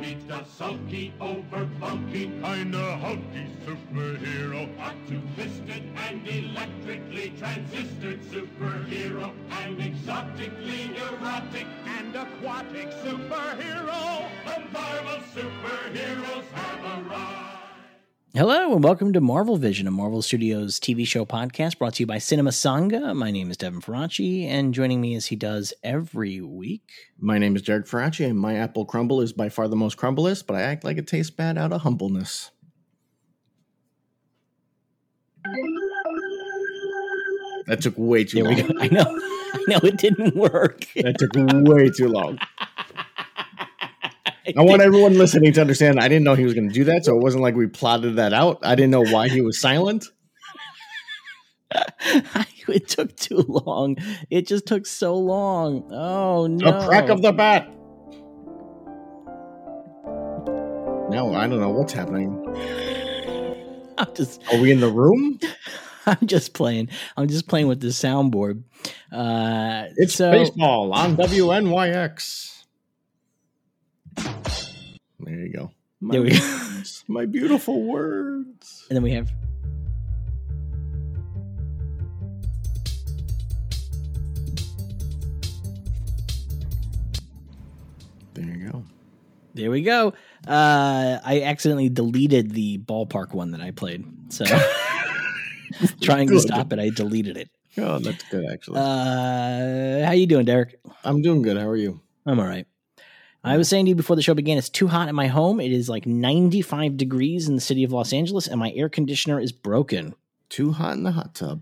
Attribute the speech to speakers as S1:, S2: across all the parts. S1: He's the sulky, over bulky, kinda hulky superhero. A two-fisted and electrically transistored superhero. An exotically neurotic and aquatic superhero. The Marvel superheroes have arrived.
S2: Hello and welcome to Marvel Vision, a Marvel Studios TV show podcast brought to you by Cinema Sangha. My name is Devin Faraci, and joining me as he does every week.
S3: My name is Derek Faraci, and my apple crumble is by far the most crumblest, but I act like it tastes bad out of humbleness. That took way too
S2: There we
S3: long.
S2: go. I know, I know it didn't work.
S3: That took way too long. I want everyone listening to understand I didn't know he was going to do that, so it wasn't like we plotted that out. I didn't know why he was silent.
S2: it took too long. It just took so long. Oh no!
S3: A crack of the bat. Now I don't know what's happening.
S2: I'm just,
S3: Are we in the room?
S2: I'm just playing. I'm just playing with the soundboard. Uh,
S3: It's
S2: so
S3: baseball on WNYX. There you go. My,
S2: There we go.
S3: words, my beautiful words.
S2: and then we have.
S3: There you go.
S2: There we go. Uh, I accidentally deleted the ballpark one that I played. So trying to
S3: Good.
S2: stop it, I deleted it.
S3: Oh, that's good actually.
S2: Uh, how you doing, Derek?
S3: I'm doing good. How are you?
S2: I'm all right. I was saying to you before the show began, it's too hot in my home. It is like 95 degrees in the city of Los Angeles, and my air conditioner is broken.
S3: Too hot in the hot tub.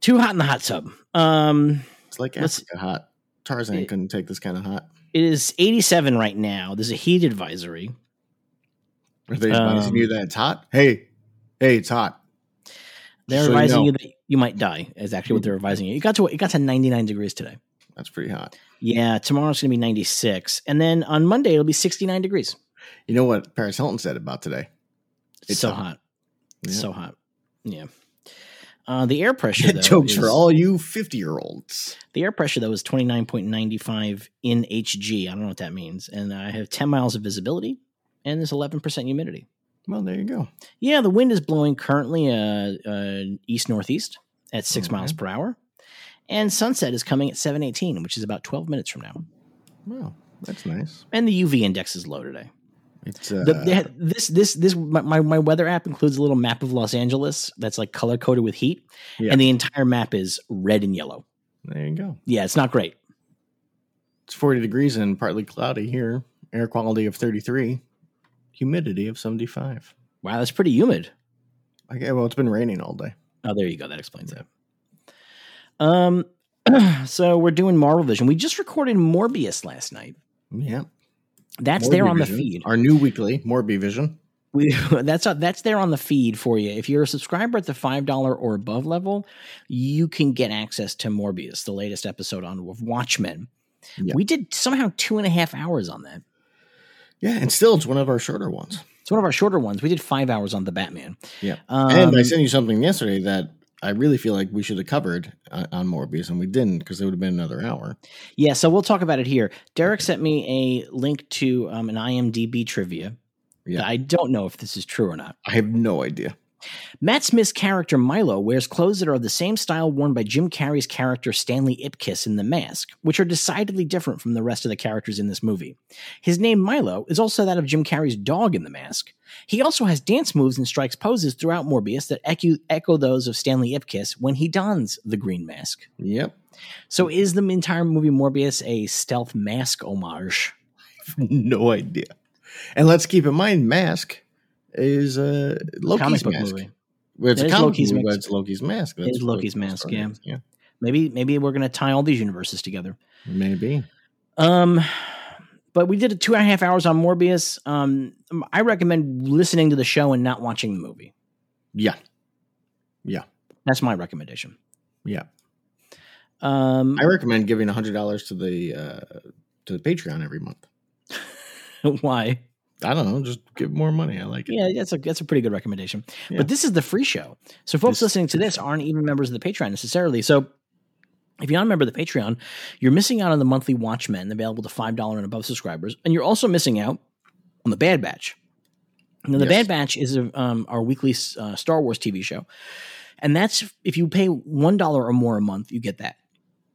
S2: Too hot in the hot tub. Um,
S3: It's like
S2: Let's-
S3: Africa hot. Tarzan
S2: It-
S3: couldn't take this kind of hot.
S2: it is 87 right now. There's a heat advisory.
S3: Are they advising
S2: Um,
S3: you that it's hot? Hey, hey, it's hot.
S2: They're
S3: So you
S2: advising
S3: know.
S2: you that you might die. Is actually what they're advising you. It got to it got to 99 degrees today.
S3: That's pretty hot.
S2: Yeah, tomorrow's gonna be 96, and then on Monday it'll be 69 degrees.
S3: You know what Paris Hilton said about today?
S2: It's, so hot. It's
S3: Yeah.
S2: so hot. Yeah. Uh, the air pressure though,
S3: That jokes for
S2: is-
S3: all you 50 year olds.
S2: The air pressure though is 29.95 in HG. I don't know what that means. And I have 10 miles of visibility and there's 11% humidity.
S3: Well, there you go.
S2: Yeah, the wind is blowing currently uh, uh, east northeast at 6
S3: Okay.
S2: miles per hour. And sunset is coming at 7:18, which is about 12 minutes from now.
S3: Wow, that's nice.
S2: And the UV index is low today.
S3: It's uh,
S2: The, they had- this this this my, my my weather app includes a little map of Los Angeles that's like color coded with heat,
S3: Yeah.
S2: and the entire map is red and yellow.
S3: there you go.
S2: Yeah, it's not great.
S3: It's 40 degrees and partly cloudy here. Air quality of 33, humidity of 75.
S2: Wow, that's pretty humid.
S3: Okay, well, it's been raining all day.
S2: Oh, there you go. That explains that. Um, so we're doing Marvel Vision. We just recorded Morbius last night.
S3: Yeah,
S2: That's there on the
S3: Morbivision,
S2: feed.
S3: Our new weekly Morbi Vision.
S2: We, that's that's there on the feed for you. If you're a subscriber at the five dollar or above level, you can get access to Morbius, the latest episode on of Watchmen.
S3: Yeah.
S2: We did somehow two and a half hours on that.
S3: Yeah, and still, it's one of our shorter ones.
S2: It's one of our shorter ones. We did five hours on the Batman.
S3: Yeah.
S2: um,
S3: and I sent you something yesterday that I really feel like we should have covered uh, on Morbius, and we didn't because it would have been another hour.
S2: yeah. So we'll talk about it here. Derek sent me a link to um, an IMDb trivia.
S3: Yeah.
S2: I don't know if this is true or not.
S3: I have no idea.
S2: Matt Smith's character Milo wears clothes that are of the same style worn by Jim Carrey's character Stanley Ipkiss in The Mask, which are decidedly different from the rest of the characters in this movie. His name Milo is also that of Jim Carrey's dog in The Mask. He also has dance moves and strikes poses throughout Morbius that echo, echo those of Stanley Ipkiss when he dons the green mask.
S3: Yep.
S2: So is the entire movie Morbius a stealth mask homage?
S3: no idea. And let's keep in mind, Mask is uh, Loki's
S2: Comic book
S3: mask.
S2: movie.
S3: Well, it's
S2: It
S3: a
S2: is
S3: comic
S2: Loki's
S3: Loki's
S2: mask.
S3: movie, but it's Loki's mask. That's
S2: is
S3: what
S2: Loki's
S3: it's
S2: mask,
S3: from.
S2: yeah.
S3: yeah,
S2: Maybe maybe we're gonna tie all these universes together.
S3: maybe.
S2: Um, but we did a two and a half hours on Morbius. Um, I recommend listening to the show and not watching the movie.
S3: Yeah,
S2: That's my recommendation.
S3: yeah.
S2: Um,
S3: I recommend giving hundred dollars to the uh, to the Patreon every month.
S2: why?
S3: I don't know, just give more money. I like it.
S2: Yeah, that's a that's a pretty good recommendation.
S3: Yeah.
S2: But this is the free show, so folks
S3: This-
S2: listening to this aren't even members of the Patreon necessarily. So. If you're not a member of the Patreon, you're missing out on the monthly Watchmen available to $5 and above subscribers. And you're also missing out on the Bad Batch. Now, the
S3: Yes.
S2: Bad Batch is a, um, our weekly uh, Star Wars TV show, and that's if you pay one dollar or more a month, you get that.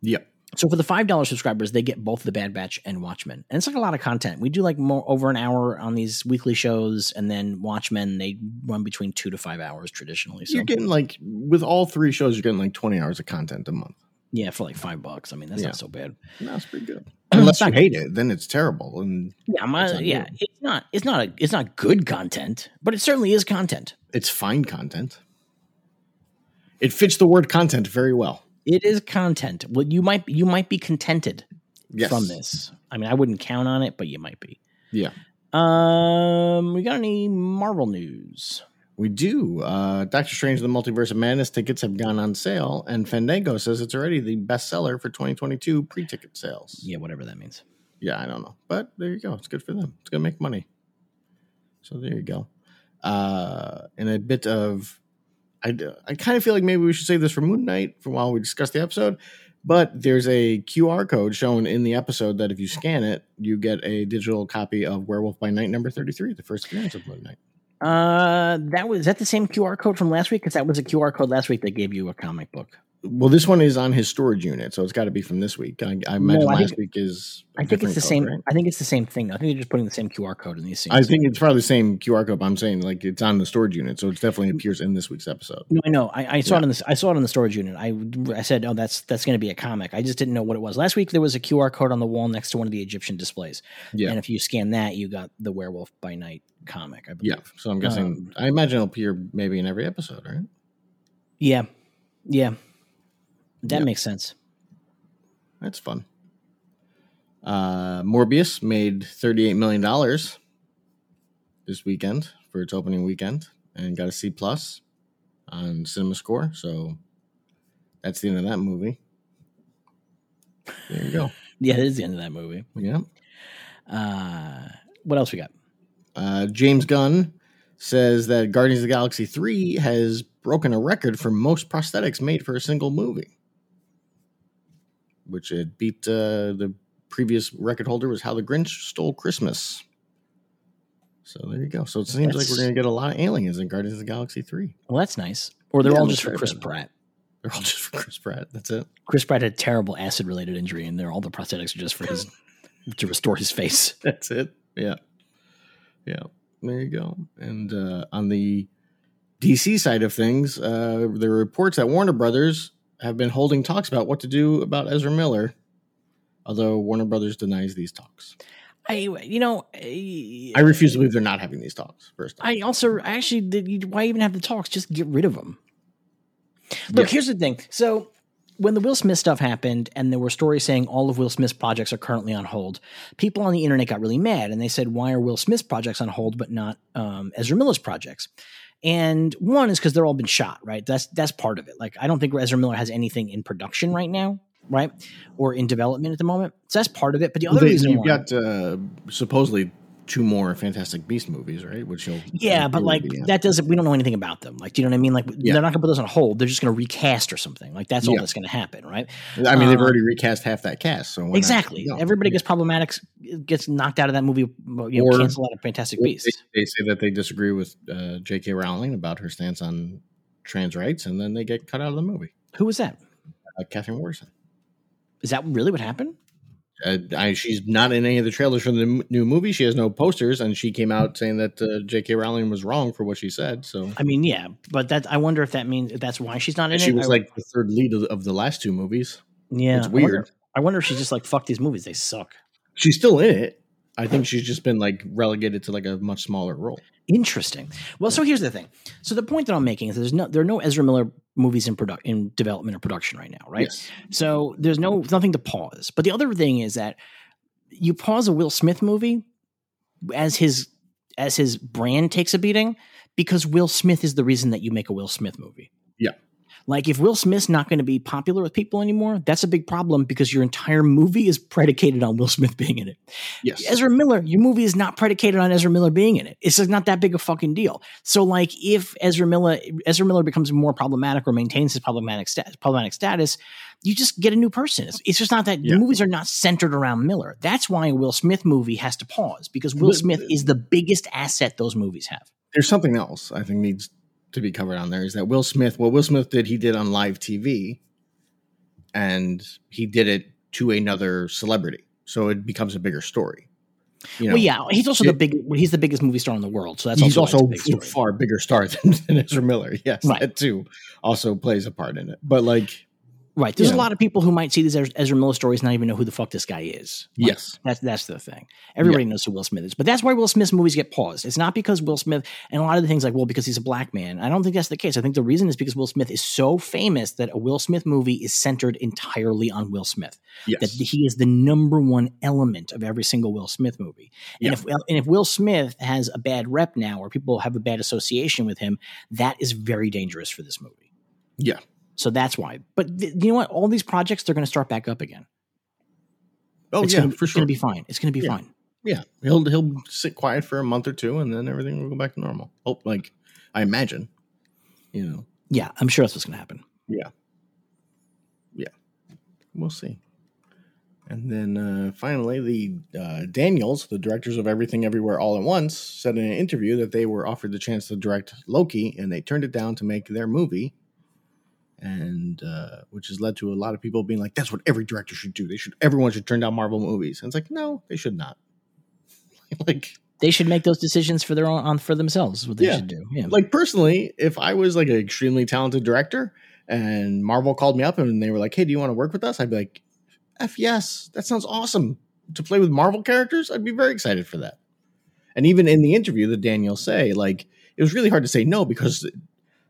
S3: Yep.
S2: So for the five dollar subscribers, they get both the Bad Batch and Watchmen, and it's like a lot of content. We do like more over an hour on these weekly shows, and then Watchmen they run between two to five hours traditionally. So
S3: You're getting like with all three shows, you're getting like 20 hours of content a month.
S2: yeah, for like five bucks, I mean that's
S3: Yeah.
S2: not so bad.
S3: That's pretty good. Unless you
S2: Not-
S3: hate it, then it's terrible. And
S2: Yeah, my,
S3: It's not
S2: yeah,
S3: good.
S2: it's not it's not a, it's not good content, but it certainly is content.
S3: it's fine content. It fits the word content very well.
S2: It is content. Well, you might you might be contented
S3: Yes.
S2: from this. I mean, I wouldn't count on it, but you might be.
S3: Yeah.
S2: Um, we got any Marvel news?
S3: We do. Uh, Doctor Strange and the Multiverse of Madness tickets have gone on sale, and Fandango says it's already the bestseller for 2022 pre ticket sales.
S2: Yeah, whatever that means.
S3: yeah, I don't know. But there you go. It's good for them. It's going to make money. So there you go. Uh, and a bit of, I, I kind of feel like maybe we should save this for Moon Knight for while we discuss the episode. But there's a QR code shown in the episode that if you scan it, you get a digital copy of Werewolf by Night number 33, the first appearance of Moon Knight.
S2: Uh, that was is that the same QR code from last week? Because that was a QR code last week that gave you a comic book.
S3: Well, this one is on his storage unit, so it's got to be from this week. I, I imagine
S2: No, I
S3: last
S2: think-
S3: week is. a
S2: I think it's
S3: different
S2: the
S3: code,
S2: same.
S3: right?
S2: I think it's the same thing. Though. I think they're just putting the same QR code in these things.
S3: I think it's probably the same QR code. But I'm saying like it's on the storage unit, so it definitely
S2: Mm.
S3: appears in this week's episode.
S2: No, I know. I, I saw
S3: Yeah.
S2: it in this. I saw it on the storage unit. I I said, oh, that's that's going to be a comic. I just didn't know what it was. Last week there was a QR code on the wall next to one of the Egyptian displays.
S3: Yeah.
S2: and if you scan that, you got the Werewolf by Night comic. I believe.
S3: Yeah, so I'm guessing.
S2: Um,
S3: I imagine it'll appear maybe in every episode, right?
S2: Yeah, yeah, that
S3: Yeah.
S2: makes sense.
S3: That's fun. Uh, Morbius made 38 million dollars this weekend for its opening weekend and got a C plus on Cinema Score. So that's the end of that movie. There you go.
S2: Yeah, that is the end of that movie.
S3: Yeah.
S2: Uh, what else we got?
S3: Uh, James Gunn says that Guardians of the Galaxy 3 has broken a record for most prosthetics made for a single movie, which it beat uh, the previous record holder was How the Grinch Stole Christmas. So there you go. So it seems like
S2: That's-
S3: we're going to get a lot of aliens in Guardians of the Galaxy 3.
S2: Well, that's nice. Or they're
S3: Yeah,
S2: all
S3: I'm
S2: just for
S3: excited
S2: Chris
S3: about that.
S2: Pratt.
S3: They're all just for Chris Pratt. That's it.
S2: Chris Pratt had a terrible acid related injury, and they're all the prosthetics are just for his to restore his face.
S3: That's it. Yeah. Yeah. There you go. And uh, on the DC side of things, uh, there are reports that Warner Brothers have been holding talks about what to do about Ezra Miller, although Warner Brothers denies these talks.
S2: I, you know, eh, I,
S3: I refuse to believe they're not having these talks, first off.
S2: I also I actually did. You, why even have the talks? Just get rid of them. Look,
S3: Yeah.
S2: here's the thing. So when the Will Smith stuff happened, and there were stories saying all of Will Smith's projects are currently on hold, people on the internet got really mad, and they said, "Why are Will Smith's projects on hold, but not um, Ezra Miller's projects?" And one is because they're all been shot, right? That's that's part of it. Like I don't think Ezra Miller has anything in production right now, right, or in development at the moment. So that's part of it. But the other
S3: They-
S2: reason
S3: you've
S2: why,
S3: got uh, supposedly two more Fantastic Beast movies, right? Which he'll
S2: Yeah,
S3: he'll
S2: but
S3: do
S2: like
S3: again.
S2: that doesn't. We don't know anything about them. Like, do you know what I mean? Like,
S3: Yeah.
S2: they're not gonna put those on hold. They're just gonna recast or something. Like, that's all
S3: Yeah.
S2: that's gonna happen, right?
S3: I mean, they've
S2: uh,
S3: already recast half that cast, so why not?
S2: exactly.
S3: No.
S2: Everybody
S3: Yeah.
S2: gets problematic, gets knocked out of that movie. You know,
S3: Or-
S2: cancel out of Fantastic
S3: Well,
S2: Beasts.
S3: They, they say that they disagree with uh, J.K. Rowling about her stance on trans rights, and then they get cut out of the movie.
S2: Who was that?
S3: Uh, Catherine Watterson.
S2: Is that really what happened?
S3: Uh, I, she's not in any of the trailers for the m- new movie. She has no posters, and she came out saying that uh, J.K. Rowling was wrong for what she said. So
S2: I mean, yeah, but that I wonder if that means if that's why she's not in
S3: and
S2: it.
S3: she was
S2: I-
S3: like the third lead of, of the last two movies.
S2: yeah,
S3: it's
S2: I wonder-
S3: weird.
S2: I wonder if she's just like, fuck these movies, they suck.
S3: She's still in it. I think she's just been like relegated to like a much smaller role.
S2: Interesting. Well, so here's the thing. So the point that I'm making is there's no there are no Ezra Miller movies in product in development or production right now, right?
S3: Yes.
S2: So there's no nothing to pause. But the other thing is that you pause a Will Smith movie as his as his brand takes a beating because Will Smith is the reason that you make a Will Smith movie.
S3: Yeah.
S2: Like, if Will Smith's not going to be popular with people anymore, that's a big problem because your entire movie is predicated on Will Smith being in it.
S3: Yes.
S2: Ezra Miller, your movie is not predicated on Ezra Miller being in it. It's just not that big a fucking deal. So like if Ezra Miller Ezra Miller becomes more problematic or maintains his problematic status, problematic status, you just get a new person. It's, it's just not that
S3: Yeah.
S2: the movies are not centered around Miller. That's why a Will Smith movie has to pause because Will
S3: But-
S2: Smith is the biggest asset those movies have.
S3: There's something else I think needs to be covered on there is that Will Smith, what Will Smith did, he did on live TV and he did it to another celebrity. So it becomes a bigger story. You know,
S2: well, yeah, he's also the
S3: it-
S2: big he's the biggest movie star in the world. So that's
S3: he's
S2: also, why
S3: also
S2: it's a big
S3: a
S2: story.
S3: far bigger star than, than Ezra Miller. Yes,
S2: Right.
S3: that too also plays a part in it. But like,
S2: right. There's
S3: yeah.
S2: a lot of people who might see these Ezra Ezra Miller stories and not even know who the fuck this guy is. Like,
S3: yes,
S2: That's that's the thing. Everybody knows who Will Smith is, but that's why Will Smith's movies get paused. It's not because Will Smith and a lot of the things like well because he's a black man. I don't think that's the case. I think the reason is because Will Smith is so famous that a Will Smith movie is centered entirely on Will Smith. That
S3: yes,
S2: he is the number one element of every single Will Smith movie. And
S3: Yeah.
S2: if and if Will Smith has a bad rep now or people have a bad association with him, that is very dangerous for this movie.
S3: Yeah.
S2: So that's why. But th- you know what? All these projects they're going to start back up again.
S3: oh
S2: it's
S3: yeah,
S2: gonna,
S3: for
S2: it's
S3: sure.
S2: gonna be fine. It's going to be
S3: Yeah.
S2: fine.
S3: Yeah, he'll he'll sit quiet for a month or two, and then everything will go back to normal. Oh, like I imagine, you know.
S2: Yeah, I'm sure that's what's going to happen.
S3: We'll see. And then uh, finally, the uh, Daniels, the directors of Everything Everywhere All at Once, said in an interview that they were offered the chance to direct Loki, and they turned it down to make their movie. And uh, which has led to a lot of people being like, "That's what every director should do. They should everyone should turn down Marvel movies." And it's like, no, they should not. like
S2: They should make those decisions for their own on for themselves. Is what they
S3: Yeah.
S2: should do. Yeah.
S3: like personally, if I was like an extremely talented director and Marvel called me up and they were like, "Hey, do you want to work with us?" I'd be like, "F yes, that sounds awesome to play with Marvel characters." I'd be very excited for that. And even in the interview that Daniel say, like it was really hard to say no because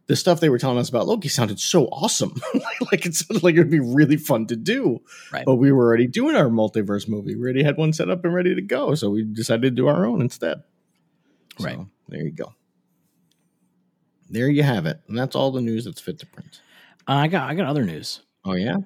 S3: the stuff they were telling us about Loki sounded so awesome. like it sounded like it would be really fun to do.
S2: Right.
S3: But we were already doing our multiverse movie. We already had one set up and ready to go, so we decided to do our own instead.
S2: Right.
S3: So, there you go. There you have it. And that's all the news that's fit to print.
S2: Uh, I got I got other news.
S3: Oh yeah?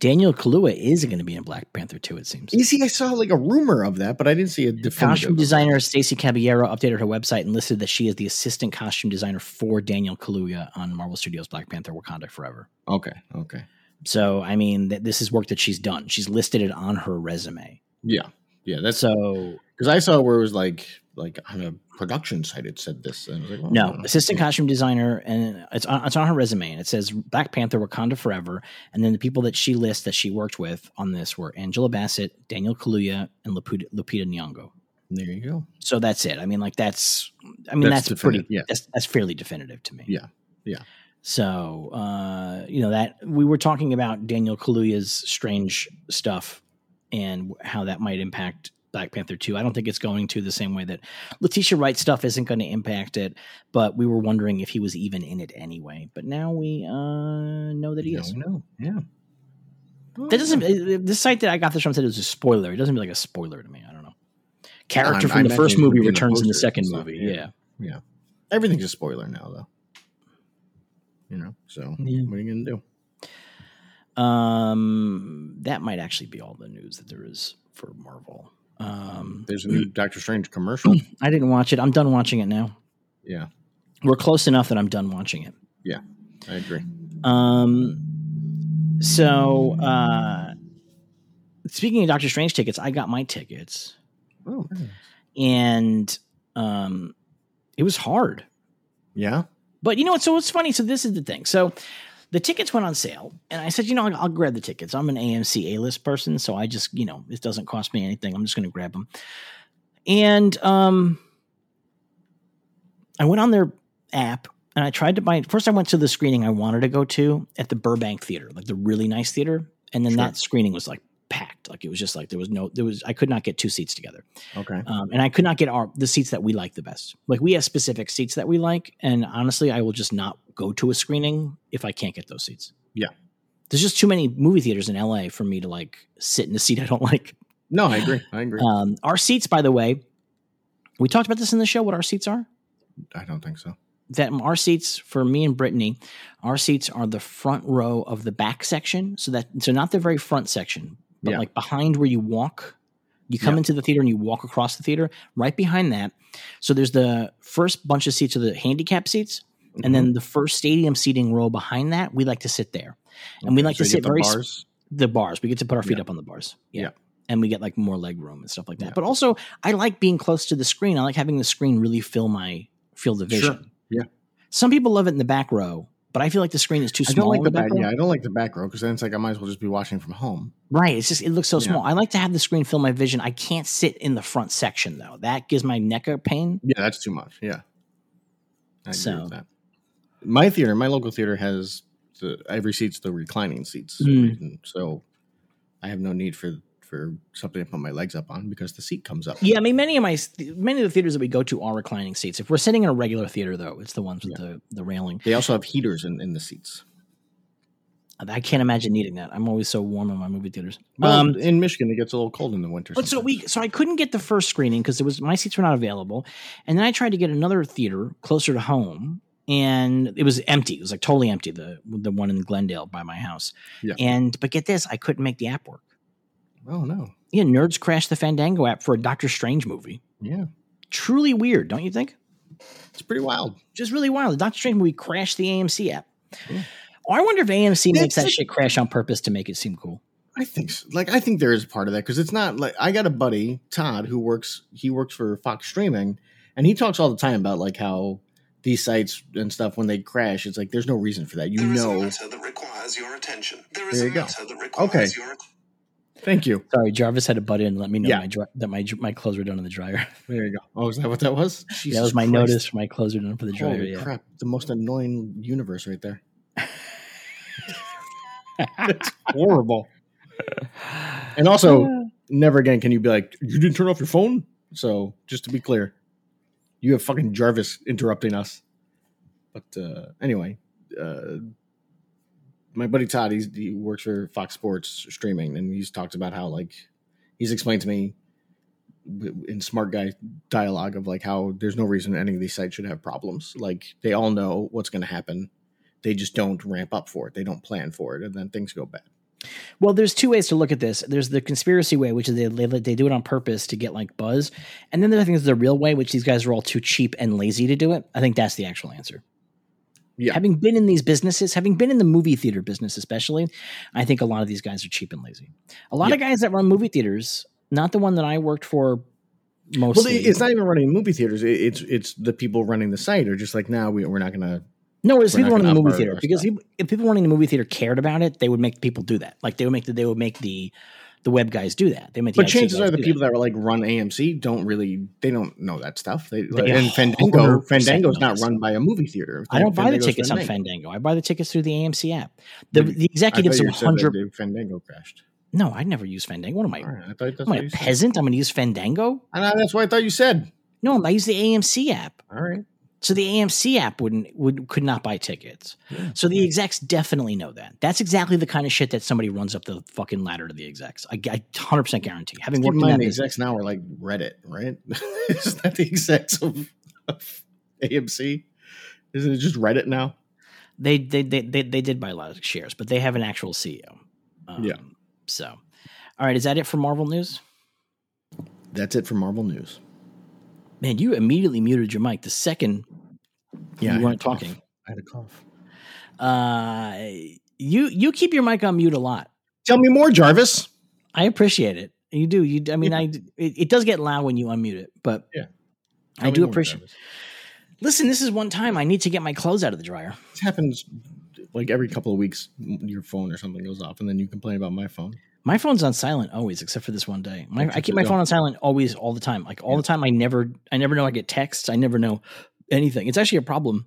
S2: Daniel Kaluuya is going to be in Black Panther 2, it seems.
S3: You see, I saw like a rumor of that, but I didn't see a definitive.
S2: Costume designer Stacey Caballero updated her website and listed that she is the assistant costume designer for Daniel Kaluuya on Marvel Studios' Black Panther Wakanda Forever.
S3: Okay. Okay.
S2: So, I mean, th- this is work that she's done. She's listed it on her resume.
S3: Yeah. Yeah. That's
S2: So,
S3: because I saw where it was like like on a production site it said this. And I was like, "Oh, well,
S2: No, assistant costume designer, and it's on, it's on her resume, and it says Black Panther, Wakanda Forever, and then the people that she lists that she worked with on this were Angela Bassett, Daniel Kaluuya, and Lupita, Lupita Nyong'o.
S3: There you go.
S2: So that's it. I mean, like that's, I mean,
S3: That's
S2: that's, pretty,
S3: definitive, yeah.
S2: that's that's fairly definitive to me.
S3: Yeah, yeah.
S2: So, uh, you know that we were talking about Daniel Kaluuya's strange stuff and how that might impact Black Panther 2. I don't think it's going to the same way that Letitia Wright's stuff isn't going to impact it, but we were wondering if he was even in it anyway. But now we uh, know that he
S3: Now
S2: is.
S3: we know. Yeah. Oh,
S2: That doesn't uh, uh, the site that I got this from said it was a spoiler. It doesn't be like a spoiler to me. I don't know. Character
S3: I'm- I
S2: from the
S3: imagine
S2: first
S3: it would
S2: movie
S3: be in the
S2: returns in the
S3: posters and
S2: second
S3: stuff,
S2: movie.
S3: yeah.
S2: yeah.
S3: everything's a spoiler now though. You know, so
S2: Yeah.
S3: what are you gonna do?
S2: Um, that might actually be all the news that there is for Marvel. Um,
S3: There's a new Doctor Strange commercial.
S2: I didn't watch it. I'm done watching it now.
S3: Yeah,
S2: We're close enough that I'm done watching it.
S3: I agree.
S2: Um, so uh, speaking of Doctor Strange tickets, I got my tickets,
S3: Oh man.
S2: and um, it was hard.
S3: Yeah.
S2: But you know what? So it's funny. So this is the thing. So the tickets went on sale, and I said, you know, I'll, I'll grab the tickets. I'm an AMC A list person, so I just, you know, it doesn't cost me anything. I'm just going to grab them. And um, I went on their app and I tried to buy. First, I went to the screening I wanted to go to at the Burbank Theater, like the really nice theater. And then
S3: Sure.
S2: that screening was like packed. Like it was just like there was no, there was, I could not get two seats together
S3: Okay.
S2: um, and I could not get our the seats that we like the best. Like we have specific seats that we like, and honestly, I will just not go to a screening if I can't get those seats.
S3: Yeah.
S2: there's just too many movie theaters in LA for me to like sit in a seat I don't like.
S3: No, I agree. I agree.
S2: Um, our seats, by the way, we talked about this in the show. What our seats are?
S3: I don't think so.
S2: that our seats for me and Brittany, our seats are the front row of the back section. So that so not the very front section, but
S3: Yeah.
S2: like behind where you walk. You come
S3: Yeah.
S2: into the theater and you walk across the theater. Right behind that, so there's the first bunch of seats are the handicap seats,
S3: Mm-hmm.
S2: and then the first stadium seating row behind that. We like to sit there, and we like to sit very sp-
S3: bars.
S2: the bars. We get to put our feet
S3: Yeah.
S2: up on the bars.
S3: Yeah.
S2: And we get like more leg room and stuff like that.
S3: Yeah.
S2: But also I like being close to the screen. I like having the screen really fill my field of
S3: Sure.
S2: vision.
S3: Yeah.
S2: Some people love it in the back row, but I feel like the screen is too
S3: I
S2: small.
S3: don't like
S2: in
S3: the back.
S2: row.
S3: Yeah, I don't like the back row because then it's like I might as well just be watching from home.
S2: Right. It's just it looks so
S3: Yeah.
S2: small. I like to have the screen fill my vision. I can't sit in the front section though. That gives my neck a pain.
S3: Yeah, that's too much. Yeah, I agree
S2: So-
S3: with that. My theater, my local theater, has the every seat's the reclining seats,
S2: Mm.
S3: And so I have no need for for something to put my legs up on because the seat comes up.
S2: Yeah, I mean many of my many of the theaters that we go to are reclining seats. If we're sitting in a regular theater though, it's the ones with the the railing.
S3: They also have heaters in, in the seats.
S2: I can't imagine needing that. I'm always so warm in my movie theaters. Um,
S3: Well, in Michigan, it gets a little cold in Um, the winter.
S2: But so
S3: sometimes.
S2: we so I couldn't get the first screening because it was my seats were not available, and then I tried to get another theater closer to home, and it was empty. It was like totally empty. The the one in Glendale by my house.
S3: Yeah.
S2: And but get this, I couldn't make the app work.
S3: Oh no.
S2: Yeah, nerds crashed the Fandango app for a Doctor Strange movie.
S3: Yeah,
S2: Truly weird, don't you think?
S3: it's pretty wild.
S2: Just really wild. The Doctor Strange movie crashed the AMC app.
S3: Yeah.
S2: Oh, I wonder if AMC
S3: That's
S2: makes that
S3: like-
S2: shit crash on purpose to make it seem cool.
S3: I think so. like I think there is part of that because it's not like I got a buddy Todd who works he works for Fox Streaming and he talks all the time about like how these sites and stuff when they crash it's like there's no reason for that you
S4: There is a
S3: know
S4: matter that requires your attention. There
S3: There
S4: is
S3: you
S4: a
S3: go.
S4: matter that requires your
S3: thank you
S2: Sorry, Jarvis had to butt in and let me know
S3: Yeah.
S2: my dry, that my dr- my clothes were done in the dryer.
S3: there you go oh is that what that was Jesus
S2: that was my
S3: Christ.
S2: notice for my clothes were done for the dryer.
S3: holy
S2: yeah.
S3: crap the most annoying universe right there That's horrible and also never again can you be like you didn't turn off your phone so just to be clear you have fucking jarvis interrupting us but uh anyway uh my buddy todd he's, he works for fox sports streaming and he's talked about how like he's explained to me w- in smart guy dialogue of like how there's no reason any of these sites should have problems like they all know what's going to happen they just don't ramp up for it they don't plan for it and then things go bad
S2: Well, there's two ways to look at this. There's the conspiracy way, which is they they, they do it on purpose to get like buzz, and then the other thing is the real way, which these guys are all too cheap and lazy to do it. I think that's the actual answer.
S3: Yeah.
S2: Having been in these businesses, having been in the movie theater business especially, I think a lot of these guys are cheap and lazy. A lot of guys that run movie theaters, not the one that I worked for
S3: Well,
S2: mostly.
S3: it- it's not even running movie theaters. It, it's it's the people running the site are just like, now we, we're not gonna.
S2: No, it's
S3: We're
S2: people
S3: not
S2: running the
S3: gonna
S2: movie
S3: upload
S2: theater
S3: our
S2: because
S3: stuff.
S2: people, if people running the movie theater cared about it, they would make people do that. Like they would make the, they would make the the web guys do that. They make the
S3: But
S2: IT
S3: chances
S2: guys
S3: are the
S2: do
S3: people that. like run AMC don't really they don't know that stuff. They, like,
S2: They
S3: and
S2: 100%
S3: Fandango Fandango's
S2: know
S3: not
S2: this.
S3: run by a movie theater.
S2: I don't buy the
S3: Fandango's
S2: tickets on
S3: Fandango.
S2: Fandango. I buy the tickets through the AMC app. The,
S3: Maybe.
S2: the
S3: I thought
S2: executives
S3: you
S2: are
S3: said that
S2: hundred.
S3: they- Fandango crashed.
S2: No, I never use Fandango. What am I?
S3: All right, I thought that's
S2: am I
S3: what
S2: a
S3: you said.
S2: peasant? I'm going to use Fandango?
S3: I know, that's what I thought you said.
S2: No, I use the AMC app.
S3: All right,
S2: So the AMC app wouldn't would could not buy tickets.
S3: Yeah.
S2: So the execs definitely know that. That's exactly the kind of shit that somebody runs up the fucking ladder to the execs. I hundred percent guarantee. Having
S3: keep in
S2: worked in that
S3: mind the
S2: business,
S3: execs now are like Reddit, right? Is that the execs of, of AMC? Isn't it just Reddit now?
S2: they they they they, they did buy a lot of shares, but they have an actual CEO. Um,
S3: Yeah.
S2: So, all right, is that it for Marvel news?
S3: That's it for Marvel news.
S2: Man, you immediately muted your mic the second
S3: Yeah, I
S2: you
S3: had
S2: weren't
S3: a cough.
S2: talking.
S3: I had a cough.
S2: Uh, you you keep your mic on mute a lot.
S3: Tell me more, Jarvis.
S2: I appreciate it. You do. You. I mean, I. It, it does get loud when you unmute it, but
S3: Yeah.
S2: I do appreciate. Listen, this is one time I need to get my clothes out of the dryer.
S3: This happens like every couple of weeks. Your phone or something goes off, and then you complain about my phone.
S2: My phone's on silent always, except for this one day. My, I
S3: Except
S2: keep
S3: for
S2: my
S3: the-
S2: phone on silent always, all the time. Like all the time, I never, I never know I get texts. I never know anything. It's actually a problem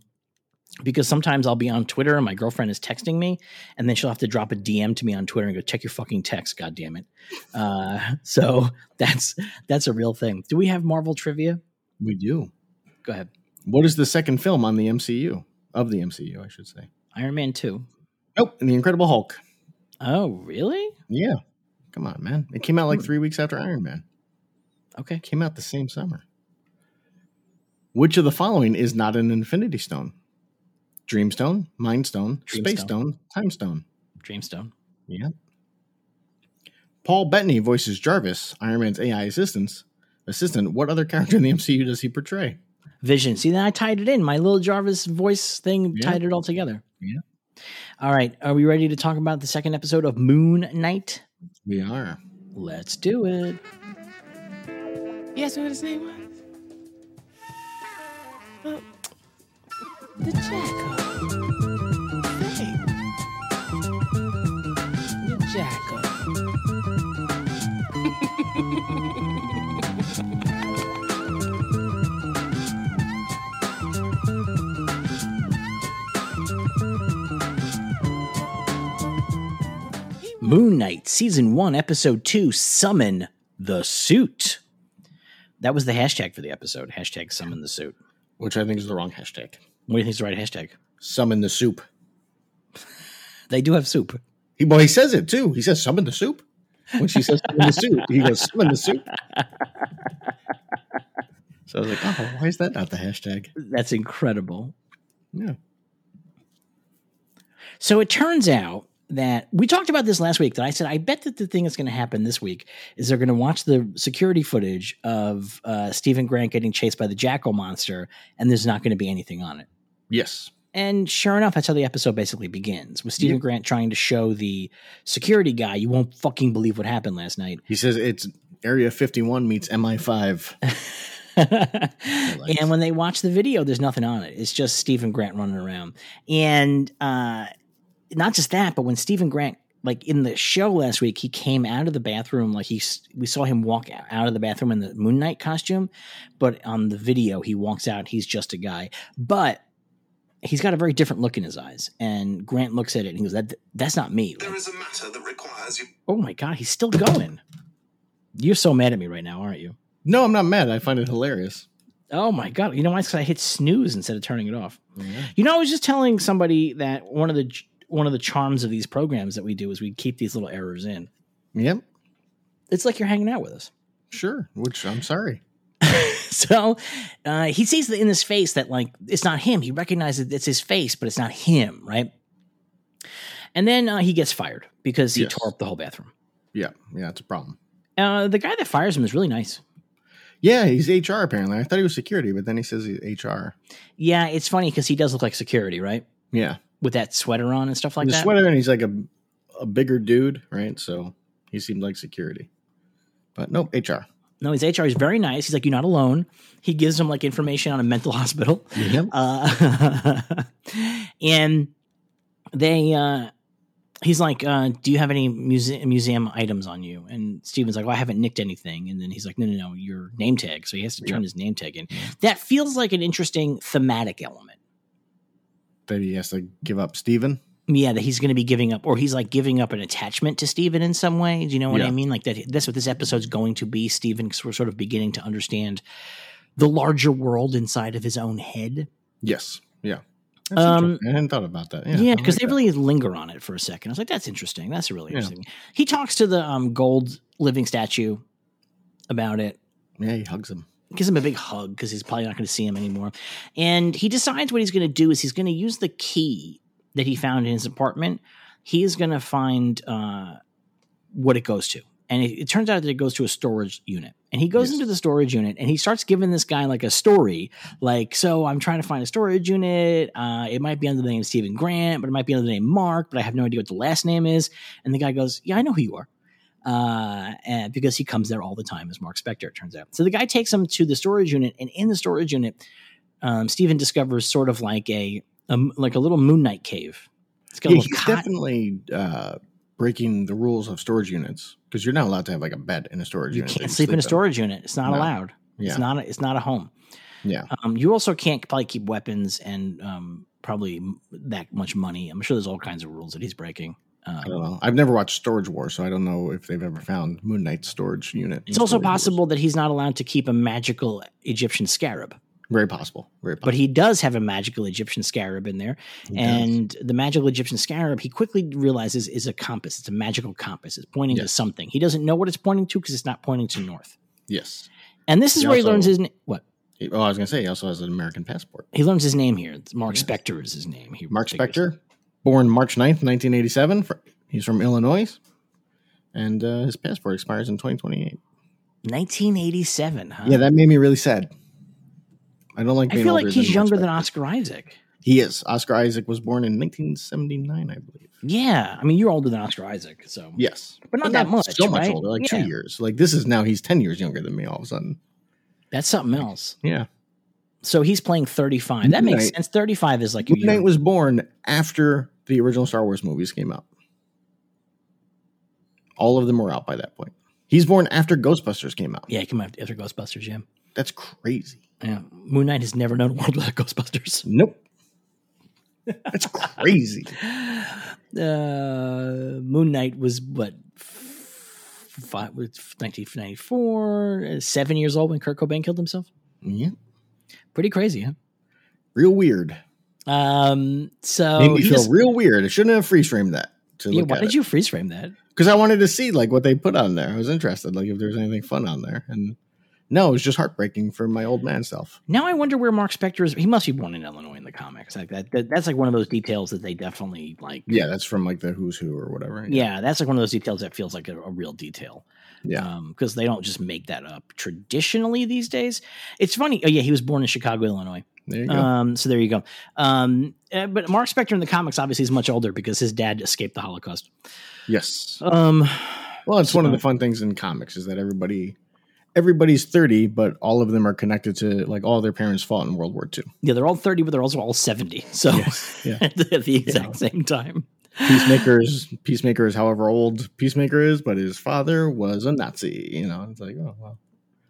S2: because sometimes I'll be on Twitter and my girlfriend is texting me, and then she'll have to drop a DM to me on Twitter and go check your fucking text. God damn it! Uh, so that's that's a real thing. Do we have Marvel trivia?
S3: We do.
S2: Go ahead.
S3: What is the second film on the MCU of the MCU? I should say.
S2: Iron Man two.
S3: Nope, The Incredible Hulk.
S2: Oh really?
S3: Yeah, come on, man. It came out like three weeks after Iron Man.
S2: Okay.
S3: It came out the same summer. Which of the following is not an Infinity Stone? Dreamstone, Mind Stone,
S2: Dream
S3: Space
S2: Stone.
S3: Stone, Time Stone.
S2: Dreamstone.
S3: Paul Bettany voices Jarvis, Iron Man's AI assistant. Assistant. What other character in the MCU does he portray?
S2: Vision. See, then I tied it in. My little Jarvis voice thing
S3: Yeah.
S2: tied it all together.
S3: Yeah.
S2: All right. Are we ready to talk about the second episode of Moon Knight?
S3: We are.
S2: Let's do it.
S5: You asked me what his name was? Oh, the Jackal. Hey. The Jackal.
S2: Moon Knight, Season 1, Episode 2, Summon the Suit. That was the hashtag for the episode. Hashtag summon the suit.
S3: Which I think is the wrong hashtag.
S2: What do you think is the right hashtag?
S3: Summon the soup.
S2: They do have soup.
S3: He, well, he says it too. He says summon the soup. When she says summon the soup, he goes summon the soup. So I was like, oh, why is that not the hashtag?
S2: That's incredible.
S3: Yeah.
S2: So it turns out that we talked about this last week that I said, I bet that the thing that's going to happen this week is they're going to watch the security footage of uh, Stephen Grant getting chased by the jackal monster, and there's not going to be anything on it.
S3: Yes.
S2: And sure enough, that's how the episode basically begins with Stephen Grant trying to show the security guy, you won't fucking believe what happened last night.
S3: He says it's Area 51 meets MI5.
S2: and when they watch the video, there's nothing on it. It's just Stephen Grant running around. And uh, not just that, but when Stephen Grant, like in the show last week, he came out of the bathroom. Like he, s- we saw him walk out- out of the bathroom in the Moon Knight costume, but on the video, he walks out. He's just a guy, but he's got a very different look in his eyes. And Grant looks at it and he goes, "That that's not me." Like,
S4: There is a matter that requires you.
S2: oh my god, he's still going. You're so mad at me right now, aren't you?
S3: No, I'm not mad. I find it hilarious.
S2: Oh my god! You know why? Because I hit snooze instead of turning it off. You know, I was just telling somebody that one of the one of the charms of these programs that we do is we keep these little errors in.
S3: Yep.
S2: It's like you're hanging out with us.
S3: Sure. Which I'm sorry.
S2: So uh, he sees in his face that like it's not him. He recognizes it's his face, but it's not him, right? And then uh, he gets fired because he
S3: Yes.
S2: tore up the whole bathroom.
S3: Yeah. Yeah. It's a problem.
S2: Uh, the guy that fires him is really nice.
S3: Yeah. He's HR apparently. I thought he was security, but then he says he's HR.
S2: Yeah, it's funny because he does look like security, right?
S3: Yeah.
S2: With that sweater on and stuff like
S3: the
S2: that.
S3: sweater and he's like a, a bigger dude, right? So he seemed like security. But nope, HR.
S2: No, his HR is very nice. He's like, "You're not alone." He gives him like information on a mental hospital.
S3: Yep.
S2: Uh, and they, uh, he's like, uh, "Do you have any muse- museum items on you?" And Steven's like, "Well, I haven't nicked anything." And then he's like, "No, no, no, your name tag." So he has to turn his name tag in. That feels like an interesting thematic element.
S3: That he has to give up Steven.
S2: Yeah, that he's going to be giving up, or he's like giving up an attachment to Steven in some way. Do you know what I
S3: Yeah.
S2: mean? Like that. That's what this episode's going to be, Steven, because we're sort of beginning to understand the larger world inside of his own head.
S3: Yes. Yeah.
S2: Um,
S3: interesting. I hadn't thought about that. Yeah.
S2: Yeah,
S3: I
S2: because
S3: like
S2: they
S3: that.
S2: really linger on it for a second. I was like, that's interesting. That's really
S3: Yeah.
S2: interesting. He talks to the um, gold living statue about it.
S3: Yeah, he hugs him.
S2: Gives him a big hug because he's probably not going to see him anymore. And he decides what he's going to do is he's going to use the key that he found in his apartment. He is going to find uh, what it goes to. And it, it turns out that it goes to a storage unit. And he goes
S3: Yes.
S2: into the storage unit and he starts giving this guy like a story. Like, so I'm trying to find a storage unit. Uh, it might be under the name Stephen Grant, but it might be under the name Mark, but I have no idea what the last name is. And the guy goes, Yeah, I know who you are. Uh, and because he comes there all the time as Mark Spector, it turns out. So the guy takes him to the storage unit. And in the storage unit, um, Stephen discovers sort of like a, a m- like a little Moon Knight cave. It's got a
S3: Yeah,
S2: little
S3: he's
S2: cot-
S3: definitely uh, breaking the rules of storage units because you're not allowed to have like a bed in a storage
S2: you
S3: unit. that
S2: can't sleep in a storage unit. It's not
S3: No.
S2: allowed.
S3: Yeah.
S2: It's not. A, it's not a home.
S3: Yeah.
S2: Um, you also can't probably keep weapons and um, probably m- that much money. I'm sure there's all kinds of rules that he's breaking.
S3: I
S2: Um,
S3: don't know. I've never watched Storage War, so I don't know if they've ever found Moon Knight's storage unit. in
S2: it's also
S3: Storage Wars.
S2: possible that he's not allowed to keep a magical Egyptian scarab,
S3: Very possible. Very possible.
S2: but he does have a magical Egyptian scarab in there.
S3: He does.
S2: and the magical Egyptian scarab, he quickly realizes is a compass. It's a magical compass. It's pointing to
S3: Yes.
S2: something. He doesn't know what it's pointing to because it's not pointing to north.
S3: yes,
S2: And this is
S3: He
S2: where he
S3: also-
S2: learns his na- what.
S3: He, oh, I was gonna say he also has an American passport.
S2: He learns his name here. It's Mark
S3: Yes.
S2: Spector is his name. He
S3: Mark
S2: figures-
S3: Spector, born March 9th, 1987. Fr- He's from Illinois, and uh, his passport expires in 2028.
S2: 1987, huh?
S3: Yeah, that made me really sad. I don't like.
S2: I
S3: Being
S2: feel like
S3: older
S2: he's
S3: than Mark
S2: younger than
S3: Spector.
S2: Oscar Isaac.
S3: He is. Oscar Isaac was born in 1979, I believe.
S2: Yeah, I mean you're older than Oscar Isaac, so
S3: Yes,
S2: But not that much,
S3: So much
S2: right?
S3: older, like
S2: Yeah.
S3: two years. Like this is now he's 10 years younger than me. All of a sudden,
S2: that's something else.
S3: yeah.
S2: So he's playing 35. That makes
S3: Midnight-
S2: sense. 35 is like a year.
S3: Midnight was born after the original Star Wars movies came out. All of them were out by that point. He's born after Ghostbusters came out.
S2: yeah, he came out after Ghostbusters. Yeah,
S3: That's crazy.
S2: yeah. Moon Knight has never known a world without Ghostbusters.
S3: Nope. That's crazy.
S2: Uh, Moon Knight was what five, 1994, uh, seven years old when Kurt Cobain killed himself.
S3: yeah.
S2: Pretty crazy, huh?
S3: Real weird.
S2: Um, so
S3: Made me
S2: he
S3: feel
S2: just-
S3: real weird. I shouldn't have freeze framed that. To
S2: yeah,
S3: look
S2: why
S3: at
S2: did you freeze frame that?
S3: Because I wanted to see like what they put on there. I was interested, like if there's anything fun on there. And no, it was just heartbreaking for my old man self.
S2: Now I wonder where Mark Spector is. He must be born in Illinois in the comics. Like that, that that's like one of those details that they definitely like.
S3: Yeah, that's from like the Who's Who or whatever.
S2: Yeah, that's like one of those details that feels like a, a real detail.
S3: Yeah.
S2: because they don't just make that up traditionally these days. It's funny. Oh yeah, he was born in Chicago, Illinois.
S3: There you go.
S2: Um, so there you go. Um, uh, but Mark Spector in the comics obviously is much older because his dad escaped the Holocaust.
S3: yes.
S2: Um,
S3: Well, it's one of
S2: So-
S3: the fun things in comics is that everybody everybody's 30, but all of them are connected to like all their parents fought in World War II.
S2: yeah, they're all thirty, but they're also all seventy. So
S3: Yeah.
S2: at the at the exact same time.
S3: Peacemakers Peacemaker is however old Peacemaker is, but his father was a Nazi. You know, it's like, oh wow.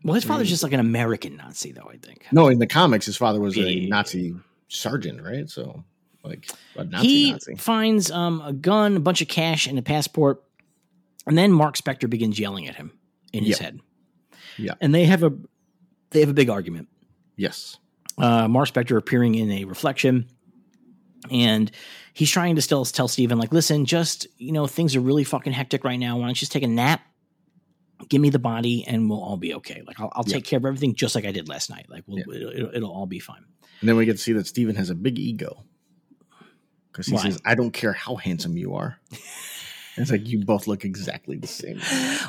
S2: Well, his father's just like an American Nazi, though. I think.
S3: Mm. No, in the comics, his father was a
S2: Yeah.
S3: Nazi sergeant, right? So like a Nazi
S2: he
S3: Nazi.
S2: finds um, a gun, a bunch of cash, and a passport, and then Mark Spector begins yelling at him in his
S3: Yeah.
S2: head.
S3: Yeah.
S2: and they have a they have a big argument.
S3: Yes.
S2: Uh, Mark Spector appearing in a reflection, and he's trying to still tell Steven, like, listen, just you know, things are really fucking hectic right now. Why don't you just take a nap? Give me the body, and we'll all be okay. Like, I'll, I'll
S3: Yeah.
S2: take care of everything, just like I did last night. Like, we'll,
S3: Yeah.
S2: it'll, it'll, it'll all be fine.
S3: And then we get to see that Steven has a big ego. Because he
S2: Why?
S3: says, I don't care how handsome you are. And it's like you both look exactly the same.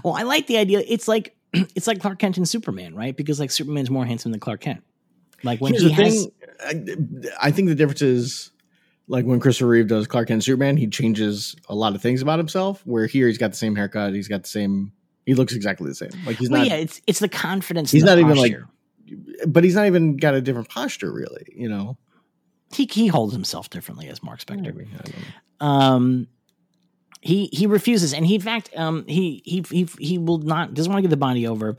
S2: Well, I like the idea. It's like it's like Clark Kent and Superman, right? Because like Superman's more handsome than Clark Kent. Like when
S3: Here's
S2: he
S3: the
S2: has,
S3: thing. I, I think the difference is like when Christopher Reeve does Clark Kent Superman, he changes a lot of things about himself. Where here he's got the same haircut, he's got the same he looks exactly the same. Like he's
S2: well,
S3: not
S2: yeah, it's it's the confidence.
S3: He's
S2: and the
S3: not even, like,
S2: posture.
S3: but he's not even got a different posture really, you know.
S2: he he holds himself differently as Mark
S3: I
S2: Spector.
S3: don't know.
S2: um he he refuses and he in fact um he he he, he will not doesn't want to give the body over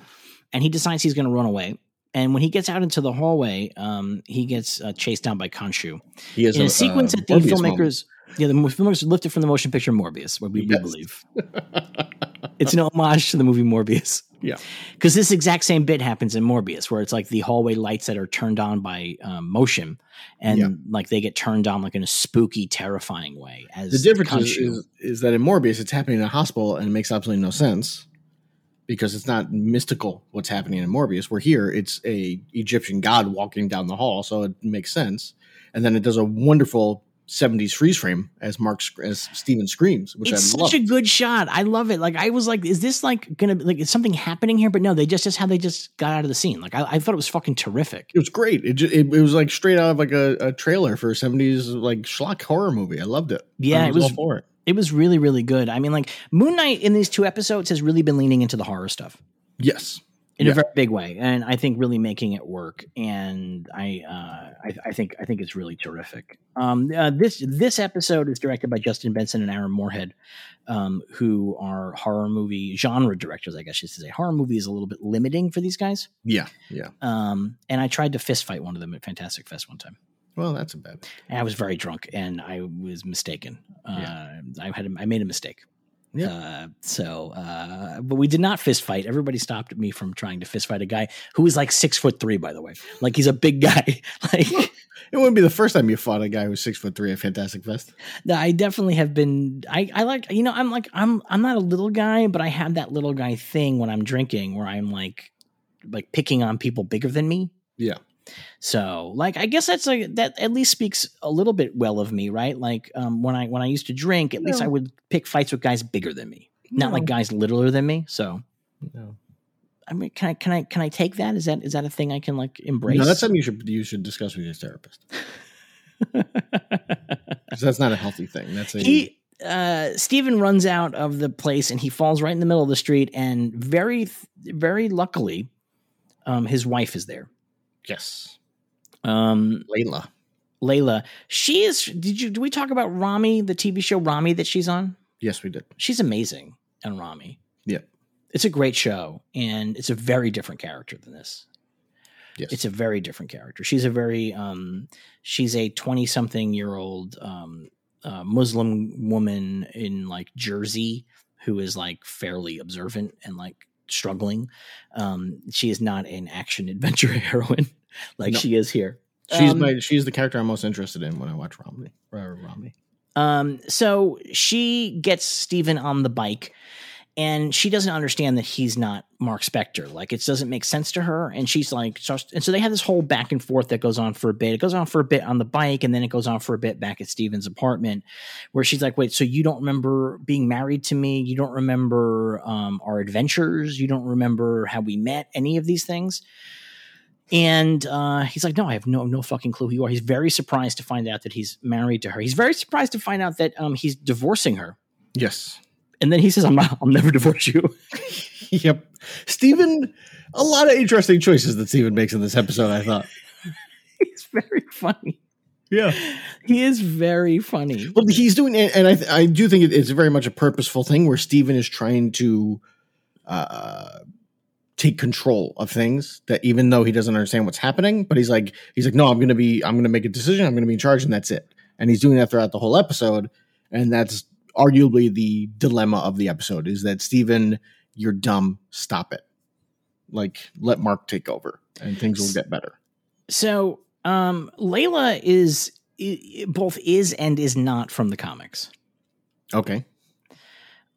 S2: and he decides he's going to run away and when he gets out into the hallway um he gets uh, chased down by Khonshu
S3: He has
S2: in a sequence
S3: uh,
S2: that the
S3: Morbius
S2: filmmakers yeah the mo- filmmakers lifted from the motion picture Morbius what we, we
S3: Yes.
S2: believe
S3: moment.
S2: it's an homage to the movie Morbius
S3: Yeah.
S2: because this exact same bit happens in Morbius where it's like the hallway lights that are turned on by um, motion and
S3: Yeah.
S2: like they get turned on like in a spooky terrifying way as
S3: the difference is,
S2: Khonshu-
S3: is is that in Morbius it's happening in a hospital and it makes absolutely no sense because it's not mystical what's happening in Morbius. Where here it's a Egyptian god walking down the hall, so it makes sense. And then it does a wonderful 70s freeze frame as Mark sc- as Steven screams, which
S2: it's
S3: I
S2: such
S3: love.
S2: a good shot. I love it. Like I was like, is this like gonna like is something happening here? But no, they just just how they just got out of the scene. Like I, I thought it was fucking terrific.
S3: it was great. It, ju- it it was like straight out of like a, a trailer for a 70s like schlock horror movie. I loved it.
S2: Yeah,
S3: I
S2: it was-
S3: all for it.
S2: It was really really good. I mean, like Moon Knight in these two episodes has really been leaning into the horror stuff
S3: Yes.
S2: in
S3: Yeah.
S2: a very big way, and I think really making it work. And I uh, I, I think I think it's really terrific. Um, uh, this this episode is directed by Justin Benson and Aaron Moorhead, um, who are horror movie genre directors. I guess you should say horror movie is a little bit limiting for these guys.
S3: Yeah. Yeah.
S2: Um, and I tried to fist fight one of them at Fantastic Fest one time.
S3: Well, that's a bad.
S2: And I was very drunk and I was mistaken. Uh,
S3: Yeah.
S2: I had a, I made a mistake.
S3: Yeah.
S2: Uh, so, uh, but we did not fist fight. Everybody stopped me from trying to fist fight a guy who is like six foot three, by the way. Like he's a big guy. like
S3: It wouldn't be the first time you fought a guy who's six foot three at Fantastic Fest.
S2: no, I definitely have been. I, I like you know I'm like I'm I'm not a little guy, but I have that little guy thing when I'm drinking where I'm like like picking on people bigger than me.
S3: Yeah.
S2: So, like, I guess that's like that at least speaks a little bit well of me, right? Like, um, when I when I used to drink, at least
S3: No.
S2: I would pick fights with guys bigger than me, not like
S3: No.
S2: guys littler than me. So,
S3: No,
S2: I mean, can I can I can I take that? Is that is that a thing I can like embrace?
S3: no, that's something you should you should discuss with your therapist. 'Cause that's not a healthy thing. That's a
S2: he uh Steven runs out of the place and he falls right in the middle of the street and very very luckily um his wife is there.
S3: yes,
S2: Um
S3: Layla.
S2: Layla, she is did you do we talk about Rami the TV show Rami that she's on?
S3: Yes, we did.
S2: She's amazing on Rami.
S3: Yeah.
S2: It's a great show and it's a very different character than this.
S3: Yes,
S2: It's a very different character. She's a very um she's a 20 something year old um uh, Muslim woman in like Jersey who is like fairly observant and like struggling. Um she is not an action adventure heroine like
S3: No.
S2: she is here.
S3: she's
S2: um,
S3: my she's the character I'm most interested in when I watch Romney. Or Romney.
S2: Um, so she gets Steven on the bike and she doesn't understand that he's not Mark Spector. Like it doesn't make sense to her. And she's like, starts, and so they have this whole back and forth that goes on for a bit. It goes on for a bit on the bike and then it goes on for a bit back at Steven's apartment where she's like, wait, so you don't remember being married to me? You don't remember, um, our adventures. You don't remember how we met any of these things. And uh, he's like, no, I have no no fucking clue who you are. He's very surprised to find out that he's married to her. He's very surprised to find out that um, he's divorcing her.
S3: Yes.
S2: And then he says, "I'm not. I'll never divorce you."
S3: Yep. Steven, a lot of interesting choices that Steven makes in this episode, I thought.
S2: he's very funny.
S3: Yeah.
S2: He is very funny.
S3: Well, he's doing, and and I, I do think it- it's very much a purposeful thing where Steven is trying to uh, take control of things that even though he doesn't understand what's happening, but he's like, he's like, no, I'm going to be, I'm going to make a decision. I'm going to be in charge and that's it. And he's doing that throughout the whole episode. And that's arguably the dilemma of the episode is that Steven, you're dumb. Stop it. Like let Mark take over and things will get better.
S2: So um, Layla is i- i- both is and is not from the comics.
S3: Okay.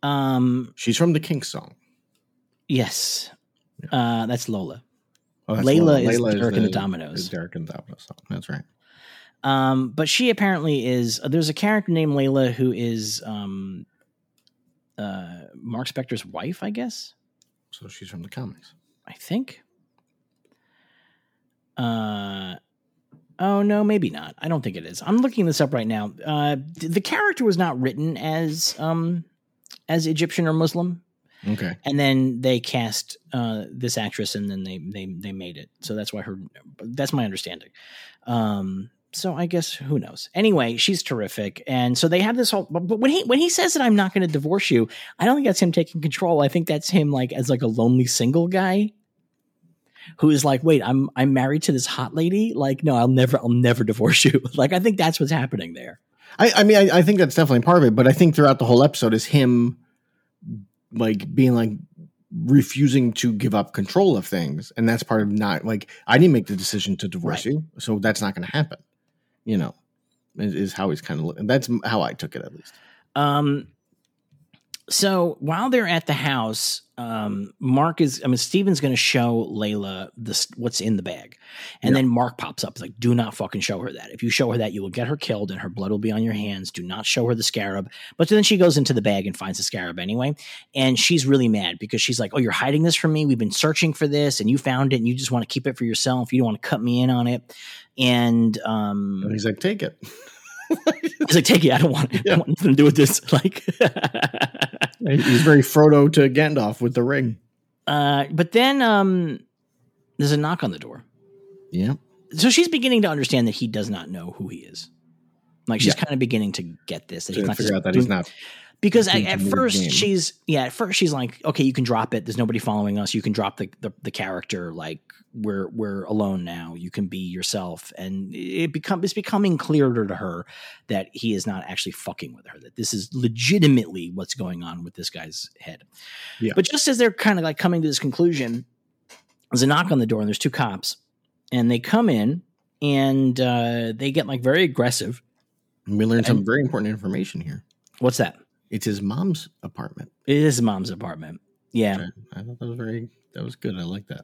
S2: Um,
S3: She's from the Kinks song.
S2: yes, uh, that's Lola.
S3: Oh, that's
S2: Layla is Derek and the Dominoes.
S3: is Derek and the Dominoes song. That's right.
S2: Um, but she apparently is. uh, There's a character named Layla who is um, uh, Mark Spector's wife, I guess.
S3: So she's from the comics.
S2: I think. Uh, oh no, maybe not. I don't think it is. I'm looking this up right now. Uh, th- the character was not written as um, as Egyptian or Muslim,
S3: Okay.
S2: and then they cast uh, this actress, and then they they they made it. So that's why her. That's my understanding. Um, so I guess who knows. Anyway, she's terrific, and so they have this whole. But, but when he when he says that I'm not going to divorce you, I don't think that's him taking control. I think that's him like as like a lonely single guy who is like, wait, I'm I'm married to this hot lady. Like, no, I'll never I'll never divorce you. Like, I think that's what's happening there.
S3: I, I mean, I, I think that's definitely part of it, but I think throughout the whole episode is him like being like refusing to give up control of things. And that's part of not like, I didn't make the decision to divorce
S2: Right.
S3: you. So that's not going to happen, you know, is, is how he's kind of, and that's how I took it at least.
S2: Um, so while they're at the house, um, Mark is, I mean, Steven's going to show Layla this, what's in the bag. And
S3: Yeah.
S2: then Mark pops up, like, do not fucking show her that. If you show her that, you will get her killed and her blood will be on your hands. Do not show her the scarab. But then she goes into the bag and finds the scarab anyway. And she's really mad because she's like, oh, you're hiding this from me. We've been searching for this and you found it and you just want to keep it for yourself. You don't want to cut me in on it. And, um,
S3: And he's like, take it.
S2: he's like, take it. I don't want, I
S3: Yeah.
S2: don't want nothing to do with this. Like,
S3: He's very Frodo to Gandalf with the ring.
S2: Uh, but then um, there's a knock on the door.
S3: Yeah.
S2: So she's beginning to understand that he does not know who he is. Like she's kind of beginning to get this that he's
S3: To
S2: not
S3: figure
S2: just
S3: out that he's
S2: doing-
S3: not.
S2: because at,
S3: doing
S2: at
S3: some weird
S2: first
S3: game.
S2: she's yeah at first she's like okay you can drop it there's nobody following us you can drop the, the the character like we're we're alone now you can be yourself and it become it's becoming clearer to her that he is not actually fucking with her that this is legitimately what's going on with this guy's head
S3: Yeah.
S2: but just as they're kind of like coming to this conclusion there's a knock on the door and there's two cops and they come in and uh, they get like very aggressive
S3: We learned some
S2: And-
S3: very important information here.
S2: what's that
S3: It's his mom's apartment.
S2: it is mom's apartment yeah
S3: I thought that was very that was good. I like that.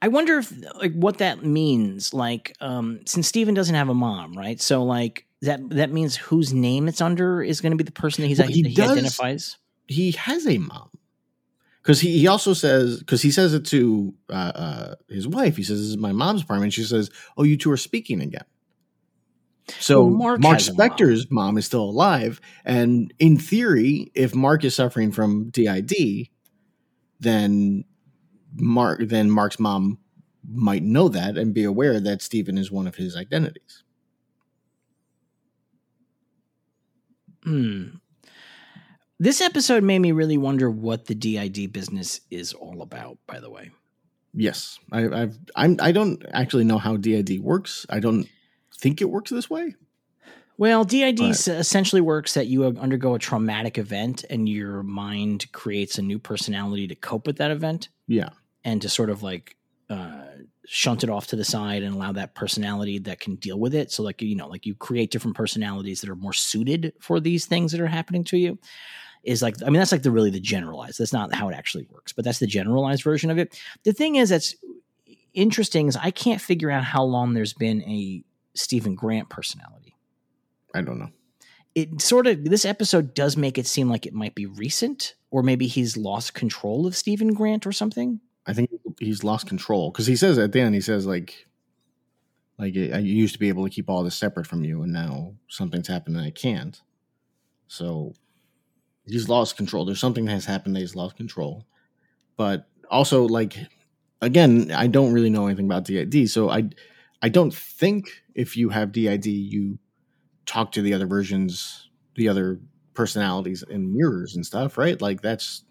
S2: I wonder if like what that means. Like, um, since Steven doesn't have a mom, right? So like that that means whose name it's under is going to be the person that he's
S3: Well, he
S2: he,
S3: does-
S2: identifies.
S3: he has a mom because he, he also says because he says it to uh, uh, his wife he says this is my mom's apartment she says oh you two are speaking again so
S2: Well, Mark
S3: mark,
S2: has a mom.
S3: spector's mom. is still alive and in theory if mark is suffering from did then mark then mark's mom might know that and be aware that stephen is one of his identities
S2: Hmm. This episode made me really wonder what the DID business is all about. By the way,
S3: Yes, I, I've I'm I don't actually know how DID works. I don't think it works this way.
S2: well, DID
S3: Right.
S2: s- essentially works that you uh, undergo a traumatic event, and your mind creates a new personality to cope with that event.
S3: Yeah,
S2: and to sort of like uh, shunt it off to the side and allow that personality that can deal with it. So like you know, like you create different personalities that are more suited for these things that are happening to you. Is like I mean that's like the really the generalized. That's not how it actually works, but that's the generalized version of it. The thing is that's interesting is I can't figure out how long there's been a Stephen Grant personality.
S3: I don't know.
S2: It sort of this episode does make it seem like it might be recent, or maybe he's lost control of Stephen Grant or something.
S3: I think he's lost control because he says at the end he says like, like I I used to be able to keep all this separate from you, and now something's happened and I can't. So he's lost control. There's something that has happened that he's lost control, but also like again, I don't really know anything about DID, so I I don't think if you have DID, you talk to the other versions, the other personalities in mirrors and stuff, right? Like that's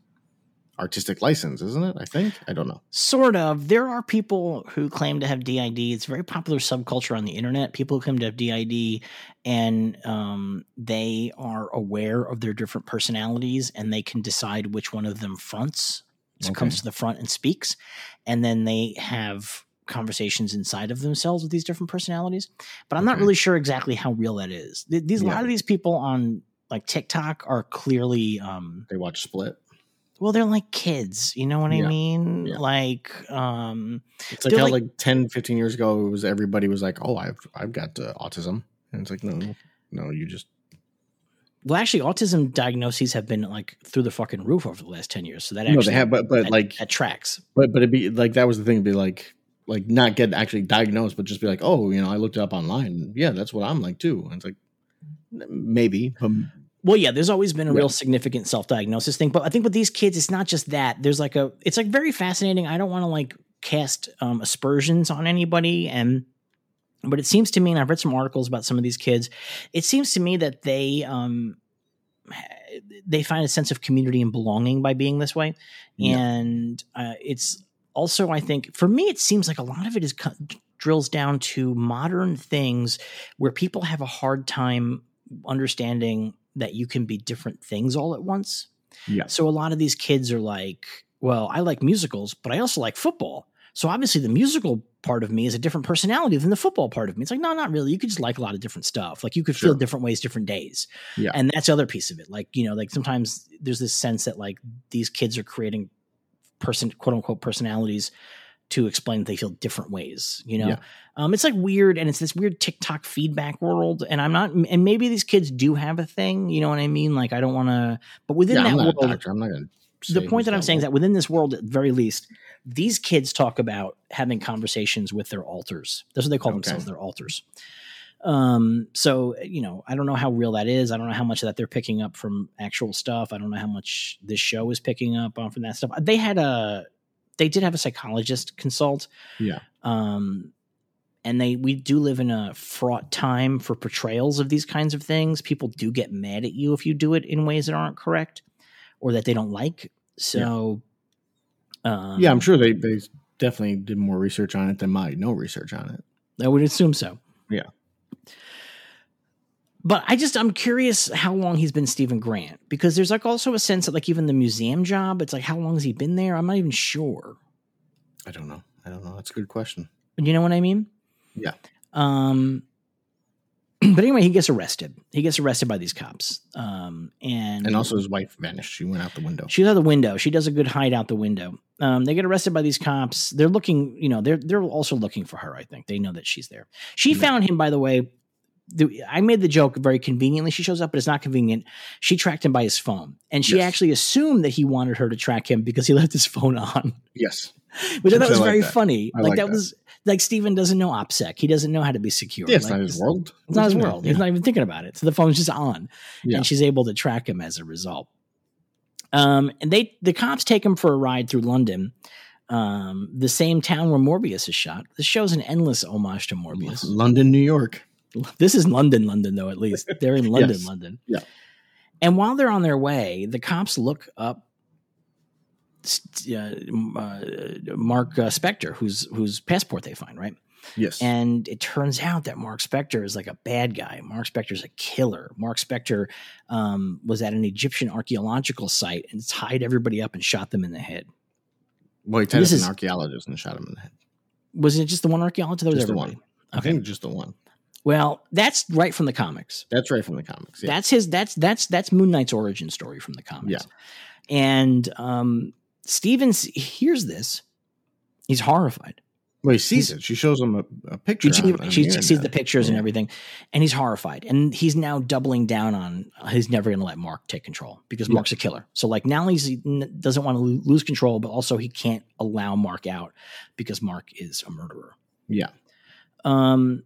S3: artistic license, isn't it? I think. I don't know.
S2: Sort of. There are people who claim to have DID. It's a very popular subculture on the internet. People who claim to have DID and um, they are aware of their different personalities and they can decide which one of them fronts, so
S3: Okay.
S2: comes to the front and speaks. And then they have conversations inside of themselves with these different personalities. But I'm not
S3: Okay.
S2: really sure exactly how real that is. Th- These, A lot
S3: Yeah.
S2: of these people on like TikTok are clearly um,
S3: They watch Split.
S2: well they're like kids you know what i
S3: Yeah.
S2: mean
S3: Yeah.
S2: like um
S3: It's like
S2: They're
S3: how
S2: like-
S3: like, 10, 15 years ago it was everybody was like, "Oh, I've I've got uh, autism." And it's like, "No, no, you just
S2: well actually autism diagnoses have been like through the fucking roof over the last 10 years so that
S3: No,
S2: actually
S3: they have but but
S2: that,
S3: like
S2: that tracks
S3: but but it'd be like that was the thing, it'd be like like not get actually diagnosed, but just be like, "Oh, you know, I looked it up online. Yeah, that's what I'm like too." And it's like maybe but
S2: well yeah there's always been a
S3: Yeah.
S2: real significant self-diagnosis thing but i think with these kids it's not just that there's like a it's like very fascinating i don't want to like cast um, aspersions on anybody and but it seems to me and i've read some articles about some of these kids it seems to me that they um ha- they find a sense of community and belonging by being this way
S3: Yeah.
S2: and uh, it's also i think for me it seems like a lot of it is co- drills down to modern things where people have a hard time understanding that you can be different things all at once
S3: Yeah.
S2: so a lot of these kids are like well i like musicals but i also like football so obviously the musical part of me is a different personality than the football part of me. It's like, no, not really. You could just like a lot of different stuff. Like you could feel
S3: Sure.
S2: different ways, different days.
S3: Yeah.
S2: And that's the other piece of it. Like, you know, like sometimes there's this sense that like these kids are creating person quote unquote personalities to explain that they feel different ways, you know?
S3: Yeah.
S2: Um, it's like weird and it's this weird TikTok feedback world. And I'm not and maybe these kids do have a thing, you know what I mean? Like I don't wanna but within
S3: yeah,
S2: that
S3: I'm not a
S2: world
S3: doctor. I'm not going to
S2: the point that I'm saying is that within this world, at the very least, these kids talk about having conversations with their alters. That's what they call
S3: Okay.
S2: themselves, their alters. Um, so you know, I don't know how real that is. I don't know how much of that they're picking up from actual stuff. I don't know how much this show is picking up on from that stuff. They had a, they did have a psychologist consult.
S3: Yeah.
S2: Um, and they we do live in a fraught time for portrayals of these kinds of things. People do get mad at you if you do it in ways that aren't correct or that they don't like. So, um,
S3: Yeah, I'm sure they they definitely did more research on it than my no research on it.
S2: I would assume so.
S3: Yeah.
S2: But I just I'm curious how long he's been Stephen Grant because there's like also a sense that like even the museum job it's like how long has he been there I'm not even sure
S3: I don't know. I don't know. That's a good question.
S2: you know what I mean
S3: Yeah.
S2: um but anyway, he gets arrested. He gets arrested by these cops. Um, and
S3: And also, his wife vanished. She went out the window.
S2: She's out the window. She does a good hide out the window. Um, they get arrested by these cops. They're looking, you know, they're they're also looking for her. I think they know that she's there. She
S3: Yeah.
S2: found him, by the way. The- I made the joke very conveniently. She shows up, but it's not convenient. She tracked him by his phone, and she
S3: Yes.
S2: actually assumed that he wanted her to track him because he left his phone on,
S3: yes.
S2: which I
S3: Which
S2: thought
S3: I
S2: was
S3: like
S2: very
S3: that.
S2: funny.
S3: I
S2: like
S3: like
S2: that,
S3: that.
S2: was like Steven doesn't know OPSEC. He doesn't know how to be secure.
S3: Yeah, it's
S2: Like,
S3: not his world.
S2: It's not his
S3: Yeah.
S2: world. He's not even thinking about it. So the phone's just on,
S3: Yeah.
S2: and she's able to track him as a result. Um, and they the cops take him for a ride through London, um, the same town where Morbius is shot. This show's an endless homage to Morbius.
S3: London, New York.
S2: This is London, London though. At least they're in London,
S3: Yes.
S2: London.
S3: Yeah.
S2: And while they're on their way, the cops look up st- uh, uh, Mark uh, Spector, whose whose passport they find right.
S3: Yes.
S2: And it turns out that Mark Spector is like a bad guy. Mark Spector's a killer. Mark Spector um, was at an Egyptian archaeological site and tied everybody up and shot them in the head.
S3: well, he tied
S2: this
S3: up an
S2: is-
S3: archaeologist and shot him in the head.
S2: Was it just the one archaeologist? That was
S3: Just the
S2: everybody.
S3: one. I think just the one.
S2: Well, that's right from the comics.
S3: That's right from the comics. Yeah.
S2: That's his. That's that's that's Moon Knight's origin story from the comics. And um, Stevens hears this. He's horrified.
S3: well, he sees it. She shows him a, a picture.
S2: She, she,
S3: on- on
S2: she
S3: the
S2: sees the
S3: internet.
S2: pictures and
S3: Yeah.
S2: everything, and he's horrified. And he's now doubling down on uh, he's never going to let Mark take control because
S3: Yeah.
S2: Mark's a killer. So like now he's, he n- doesn't want to lose control, but also he can't allow Mark out because Mark is a murderer.
S3: Yeah.
S2: Um,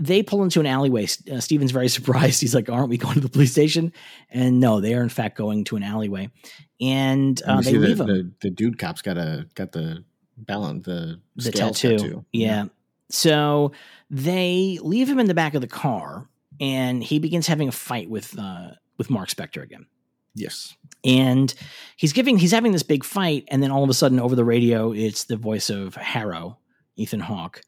S2: they pull into an alleyway. S- Uh, Steven's very surprised. He's like, "Aren't we going to the police station?" And no, they are in fact going to an alleyway, and
S3: And
S2: uh,
S3: you
S2: they
S3: see the,
S2: leave him.
S3: the, the dude cop's got a got the balance the,
S2: the
S3: scale
S2: tattoo. Yeah. So they leave him in the back of the car, and he begins having a fight with uh, with Mark Spector again.
S3: Yes.
S2: And he's giving he's having this big fight, and then all of a sudden, over the radio, it's the voice of Harrow, Ethan Hawke,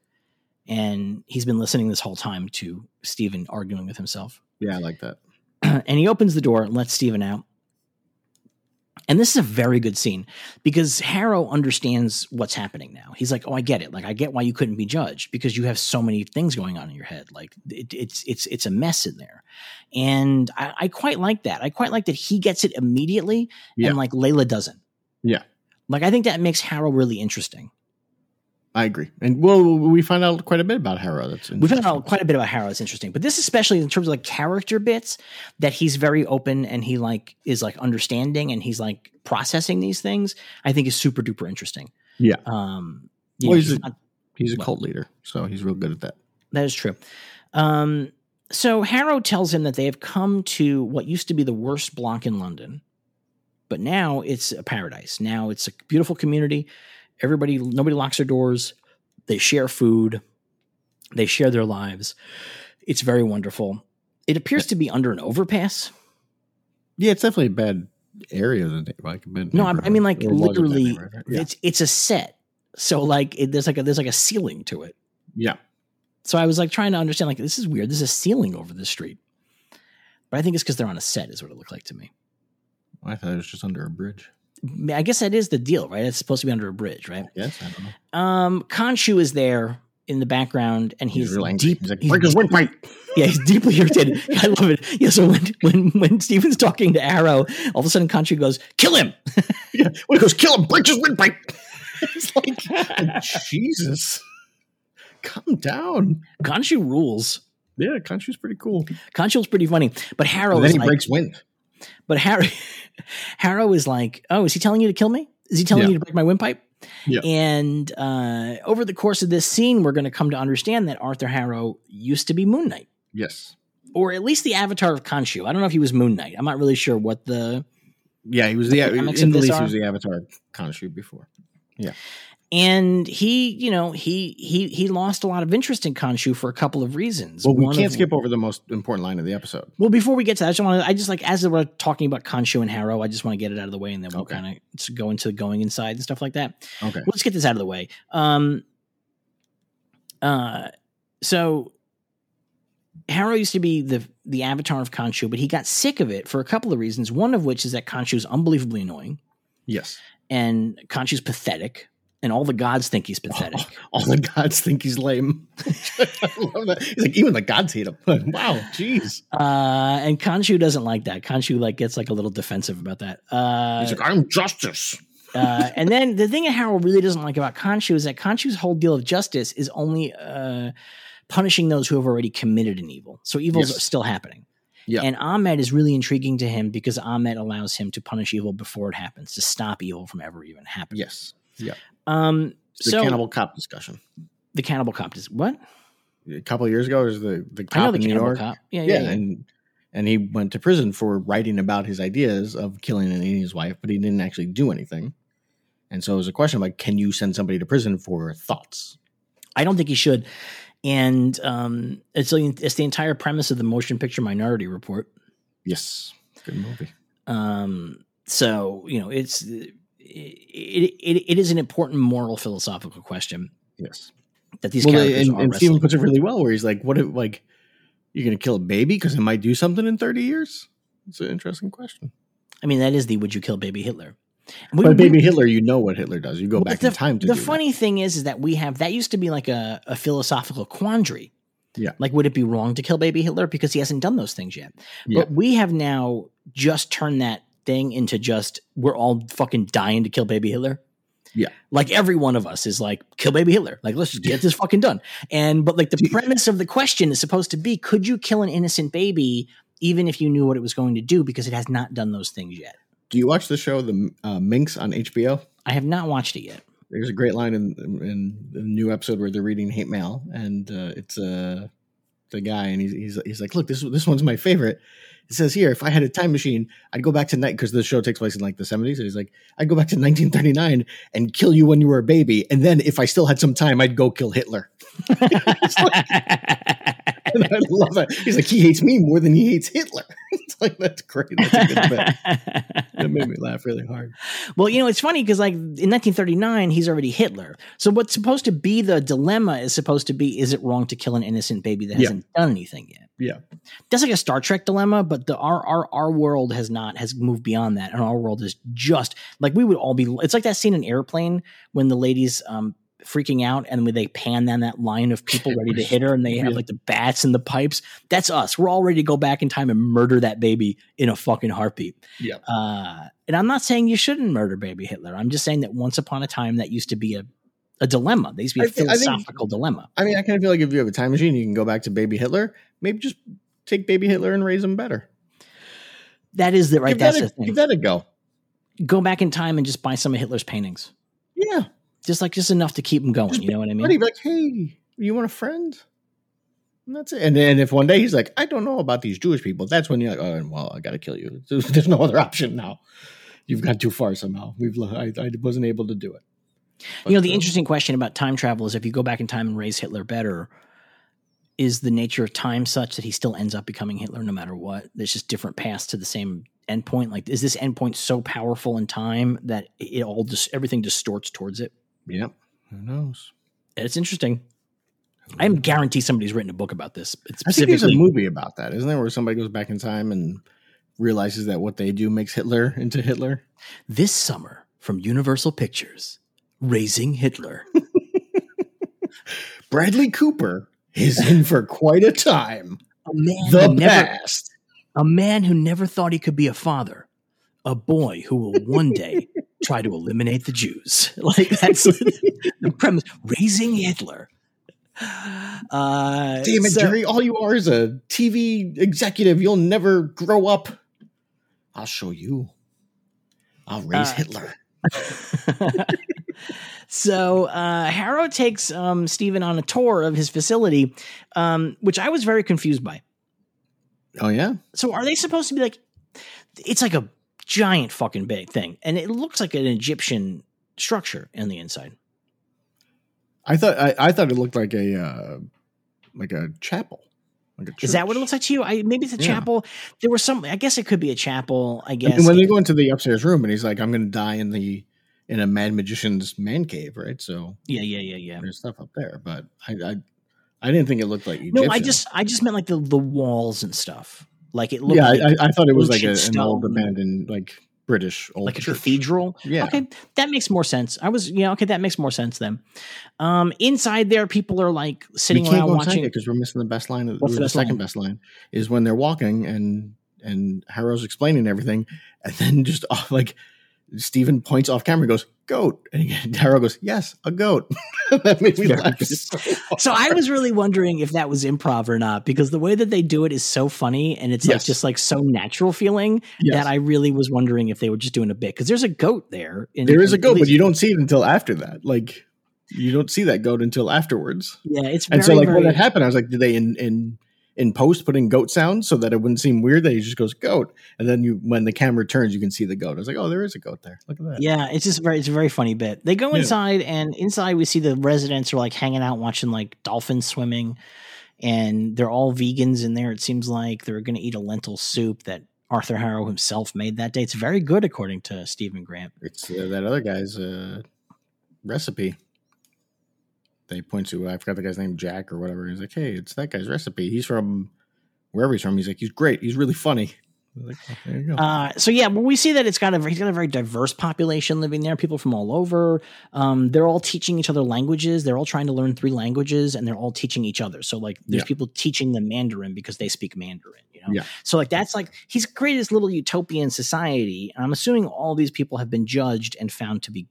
S2: and he's been listening this whole time to Steven arguing with himself.
S3: Yeah, I like that.
S2: and he opens the door and lets Steven out. And this is a very good scene because Harrow understands what's happening now. He's like, "Oh, I get it. Like, I get why you couldn't be judged because you have so many things going on in your head. Like, it, it's it's it's a mess in there." And I, I quite like that. I quite like that he gets it immediately,
S3: Yeah.
S2: and like Layla doesn't.
S3: Yeah.
S2: like I think that makes Harrow really interesting.
S3: I agree. And well, we find out quite a bit about Harrow. That's
S2: We found
S3: interesting.
S2: out uh, quite a bit about Harrow. It's interesting, but this especially in terms of like character bits that he's very open and he like is like understanding and he's like processing these things. I think is super duper interesting.
S3: Yeah.
S2: Um. you
S3: Well,
S2: know,
S3: he's
S2: he's
S3: a-
S2: not-
S3: He's a
S2: Well-
S3: cult leader, so he's real good at that.
S2: that is true. Um. So Harrow tells him that they have come to what used to be the worst block in London, but now it's a paradise. Now it's a beautiful community. Everybody, nobody locks their doors. They share food. They share their lives. It's very wonderful. It appears to be under an overpass.
S3: Yeah, it's definitely a bad area. The na- like a bad
S2: No, I- I
S3: neighborhood,
S2: mean, like,
S3: or was a bad
S2: literally,
S3: neighborhood, right? Yeah.
S2: It's it's a set. So like it, there's like a there's like a ceiling to it.
S3: yeah,
S2: So I was like trying to understand like this is weird. There's a ceiling over this street. But I think it's because they're on a set is what it looked like to me.
S3: I thought it was just under a bridge.
S2: M- I guess that is the deal, right? It's supposed to be under a bridge, right?
S3: Yes, I don't know.
S2: Um, Khonshu is there in the background, and he's,
S3: real angry.
S2: deep.
S3: He's like,
S2: he's
S3: break his windpipe.
S2: Yeah, he's deeply irritated. I love it. Yeah, so when when when Steven's talking to Arrow, all of a sudden Conchu goes, "Kill him!"
S3: Yeah. Well, he goes, kill him, break his windpipe.
S2: it's like
S3: Jesus, calm down.
S2: Conchu rules.
S3: Yeah, Conchu's pretty cool.
S2: Conchu's pretty funny, but Harrow
S3: And then
S2: is
S3: he
S2: like,
S3: breaks wind.
S2: but Harrow, Harrow is like, "Oh, is he telling you to kill me? Is he telling
S3: Yeah.
S2: you to break my windpipe?"
S3: Yeah.
S2: And uh, over the course of this scene, we're going to come to understand that Arthur Harrow used to be Moon Knight.
S3: Yes.
S2: or at least the avatar of Khonshu. I don't know if he was Moon Knight. I'm not really sure what the
S3: Yeah, he was the,
S2: the comics
S3: in
S2: of
S3: the
S2: this
S3: least
S2: are?
S3: he was the avatar of Khonshu before.
S2: and he, you know, he he he lost a lot of interest in Khonshu for a couple of reasons.
S3: Well, we
S2: One
S3: can't
S2: of-
S3: skip over the most important line of the episode.
S2: Well, before we get to that, I just want to I just like as we're talking about Khonshu and Harrow, I just want to get it out of the way and then we'll
S3: Okay.
S2: kind of go into going inside and stuff like that.
S3: Okay.
S2: let's get this out of the way. Um, uh, so Harrow used to be the the avatar of Khonshu, but he got sick of it for a couple of reasons. One of which is that Khonshu is unbelievably annoying,
S3: Yes.
S2: and Khonshu's pathetic, and all the gods think he's pathetic.
S3: All the gods think he's lame. I love that. He's like, even the gods hate him. wow, jeez.
S2: Uh, and Khonshu doesn't like that. Khonshu like gets like a little defensive about that. Uh,
S3: He's like, I'm justice.
S2: uh, and then the thing that Harold really doesn't like about Khonshu is that Khonshu's whole deal of justice is only uh, punishing those who have already committed an evil. So evil's
S3: Yes.
S2: still happening.
S3: Yeah.
S2: And Ahmed is really intriguing to him because Ahmed allows him to punish evil before it happens, to stop evil from ever even happening.
S3: Yes.
S2: Um,
S3: It's the
S2: so
S3: cannibal cop discussion.
S2: the cannibal cop is what?
S3: A couple of years ago, there's the, the
S2: I know
S3: cop
S2: the
S3: in New
S2: cannibal
S3: York.
S2: cop. Yeah, yeah.
S3: Yeah,
S2: yeah.
S3: and and he went to prison for writing about his ideas of killing and eating his wife, but he didn't actually do anything. And so it was a question like, can you send somebody to prison for thoughts?
S2: I don't think he should. And um, it's the- it's the entire premise of the motion picture Minority Report.
S3: Yes. Good movie.
S2: Um, so you know, it's it, it it is an important moral philosophical question
S3: Yes.
S2: that these
S3: well,
S2: characters
S3: and,
S2: are
S3: and
S2: wrestling.
S3: Steven puts it really well, where he's like, "What if like you're gonna kill a baby because it might do something in 30 years?" It's an interesting question.
S2: I mean, that is the "Would you kill baby Hitler?" And we-
S3: But
S2: we-
S3: baby Hitler, you know what Hitler does. You go
S2: but
S3: back
S2: the,
S3: in time to
S2: the
S3: do that.
S2: funny thing is, is that we have that used to be like a, a philosophical quandary.
S3: Yeah.
S2: Like, would it be wrong to kill baby Hitler because he hasn't done those things yet?
S3: Yeah.
S2: But we have now just turned that thing into just we're all fucking dying to kill baby Hitler.
S3: Yeah.
S2: Like every one of us is like, kill baby Hitler. Like, let's just get this fucking done. And but like the premise of the question is supposed to be could you kill an innocent baby even if you knew what it was going to do because it has not done those things yet?
S3: Do you watch the show The uh, Minx on HBO?
S2: I have not watched it yet.
S3: There's a great line in, in the new episode where they're reading hate mail, and uh, it's uh, the guy, and he's, he's he's like, "Look, this this one's my favorite." It says here, "If I had a time machine, I'd go back to night because the show takes place in like the 70s." And he's like, "I'd go back to 1939 and kill you when you were a baby, and then if I still had some time, I'd go kill Hitler." And I love that. He's like, "He hates me more than he hates Hitler." it's like that's great. That's a good bit. That made me laugh really hard.
S2: Well, you know, it's funny because, like, in 1939, he's already Hitler. So, what's supposed to be the dilemma is supposed to be is it wrong to kill an innocent baby that
S3: Yeah.
S2: hasn't done anything yet?
S3: Yeah.
S2: That's like a Star Trek dilemma, but the our, our our world has not has moved beyond that, and our world is just like we would all be. It's like that scene in Airplane when the ladies um freaking out, and when they pan down that line of people ready to hit her, and they have
S3: Yeah.
S2: like the bats and the pipes. That's us. We're all ready to go back in time and murder that baby in a fucking heartbeat.
S3: Yeah.
S2: Uh, and I'm not saying you shouldn't murder baby Hitler. I'm just saying that once upon a time that used to be a, a dilemma. That used to be a
S3: I thi- I think-
S2: philosophical dilemma.
S3: I mean, I kind of feel like if you have a time machine, you can go back to baby Hitler. Maybe just take baby Hitler and raise him better.
S2: That is the right.
S3: give,
S2: That's
S3: that a,
S2: the thing.
S3: give that a go.
S2: Go back in time and just buy some of Hitler's paintings.
S3: Yeah.
S2: Just like just enough to keep him going. You know what I
S3: But
S2: mean?
S3: he'd be like, hey, you want a friend? And that's it. And then if one day he's like, I don't know about these Jewish people, that's when you're like, oh, well, I got to kill you. There's there's no other option now. You've gone too far somehow. We've I, I wasn't able to do it. But,
S2: you know, the
S3: uh,
S2: interesting question about time travel is if you go back in time and raise Hitler better, is the nature of time such that he still ends up becoming Hitler no matter what? There's just different paths to the same endpoint. Like, is this endpoint so powerful in time that it all just everything distorts towards it?
S3: Yep. Who knows?
S2: It's interesting. I'm guarantee somebody's written a book about this. It's
S3: I think there's a
S2: specifically,
S3: movie about that, isn't there? Where somebody goes back in time and realizes that what they do makes Hitler into Hitler.
S2: this summer from Universal Pictures, Raising Hitler.
S3: Bradley Cooper is in for quite a time.
S2: A man,
S3: The
S2: who never,
S3: past.
S2: a man who never thought he could be a father, a boy who will one day try to eliminate the Jews. Like that's the, premise. Raising Hitler. Uh,
S3: Damn it,
S2: so-
S3: Jerry! All you are is a TV executive. You'll never grow up. I'll show you. I'll raise
S2: Uh,
S3: Hitler.
S2: So uh, Harrow takes um, Stephen on a tour of his facility, um, which I was very confused by.
S3: Oh yeah,
S2: So are they supposed to be like? It's like a giant fucking big thing, and it looks like an Egyptian structure on the inside.
S3: I thought I, I thought it looked like a uh, like a chapel. Like a
S2: Is that what it looks like to you? I maybe it's a
S3: Yeah.
S2: chapel. There was some. I guess it could be a chapel. I
S3: And
S2: guess.
S3: when they go into the upstairs room, and he's like, "I'm going to die in the in a mad magician's man cave," right? So
S2: yeah, yeah, yeah, yeah.
S3: there's stuff up there, but I I, I didn't think it looked like Egyptian.
S2: No, I just, I just meant like the the walls and stuff. Like it looked.
S3: yeah,
S2: like
S3: I, I thought it was like a,
S2: ancient
S3: an old
S2: stone.
S3: abandoned like British old
S2: like a
S3: church.
S2: cathedral.
S3: Yeah.
S2: Okay, that makes more sense. I was, yeah, okay, that makes more sense then. Um, inside there, people are like
S3: We
S2: sitting
S3: can't
S2: around
S3: go inside
S2: watching.
S3: it because we're missing the best line. Of,
S2: What's
S3: or
S2: the
S3: the,
S2: best
S3: second
S2: line?
S3: best line is when they're walking and and Harrow's explaining everything, and then just off, like Stephen points off camera, and goes goat, and Harrow goes yes, a goat. that made me laugh.
S2: Yes. So I was really wondering if that was improv or not because the way that they do it is so funny and it's like
S3: Yes.
S2: just like so natural feeling
S3: Yes.
S2: that I really was wondering if they were just doing a bit because there's a goat there. in-
S3: there is a
S2: in-
S3: goat,
S2: at
S3: but
S2: least-
S3: you don't see it until after that. Like you don't see that goat until afterwards.
S2: Yeah, it's very,
S3: And so like
S2: very
S3: when that happened, I was like, did they in in in post put in goat sounds so that it wouldn't seem weird that he just goes goat, and then you when the camera turns, you can see the goat. I was like, oh, there is a goat there. Look at that.
S2: Yeah, it's just very it's a very funny bit. They go
S3: Yeah.
S2: inside and inside we see the residents are like hanging out watching like dolphins swimming and they're all vegans in there. It seems like they're gonna eat a lentil soup that Arthur Harrow himself made that day. It's very good according to Stephen Grant.
S3: It's uh, that other guy's uh, recipe. They point to I forgot the guy's name, Jack or whatever. He's like, hey, it's that guy's recipe. He's from wherever he's from. He's like, he's great. He's really funny. I was like, "Oh, there you go.
S2: Uh, so yeah, well, we see that it's got a he's got a very diverse population living there. People from all over. Um, they're all teaching each other languages. They're all trying to learn three languages, and they're all teaching each other. So like, there's
S3: Yeah.
S2: people teaching them Mandarin because they speak Mandarin. You know.
S3: Yeah.
S2: So like, that's like he's created this little utopian society. I'm assuming all these people have been judged and found to be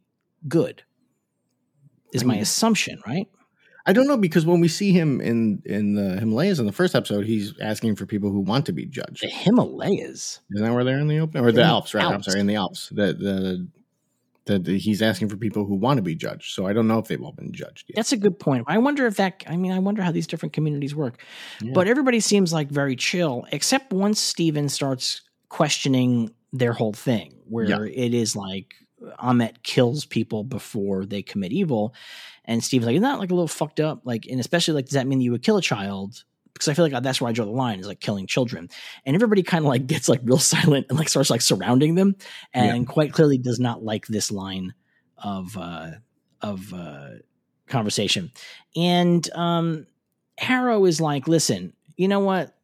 S2: good. Is my
S3: Mm.
S2: assumption right?
S3: I don't know because when we see him in in the Himalayas in the first episode, he's asking for people who want to be judged.
S2: The Himalayas.
S3: Isn't that where they're in the open or
S2: In the
S3: the Alps? Right, I'm
S2: Alps.
S3: sorry, in the Alps. The the the, the- he's asking for people who want to be judged. So I don't know if they've all been judged yet.
S2: That's a good point. I wonder if that. I mean, I wonder how these different communities work.
S3: Yeah.
S2: But everybody seems like very chill, except once Steven starts questioning their whole thing, where
S3: Yeah.
S2: it is like Ahmet kills people before they commit evil. And Steven's like, isn't that like a little fucked up? Like, and especially like, does that mean that you would kill a child? Because I feel like that's where I draw the line is like killing children. And everybody kind of like gets like real silent and like starts like surrounding them and quite clearly does not like this line of uh of uh conversation. And um Harrow is like, listen, you know what?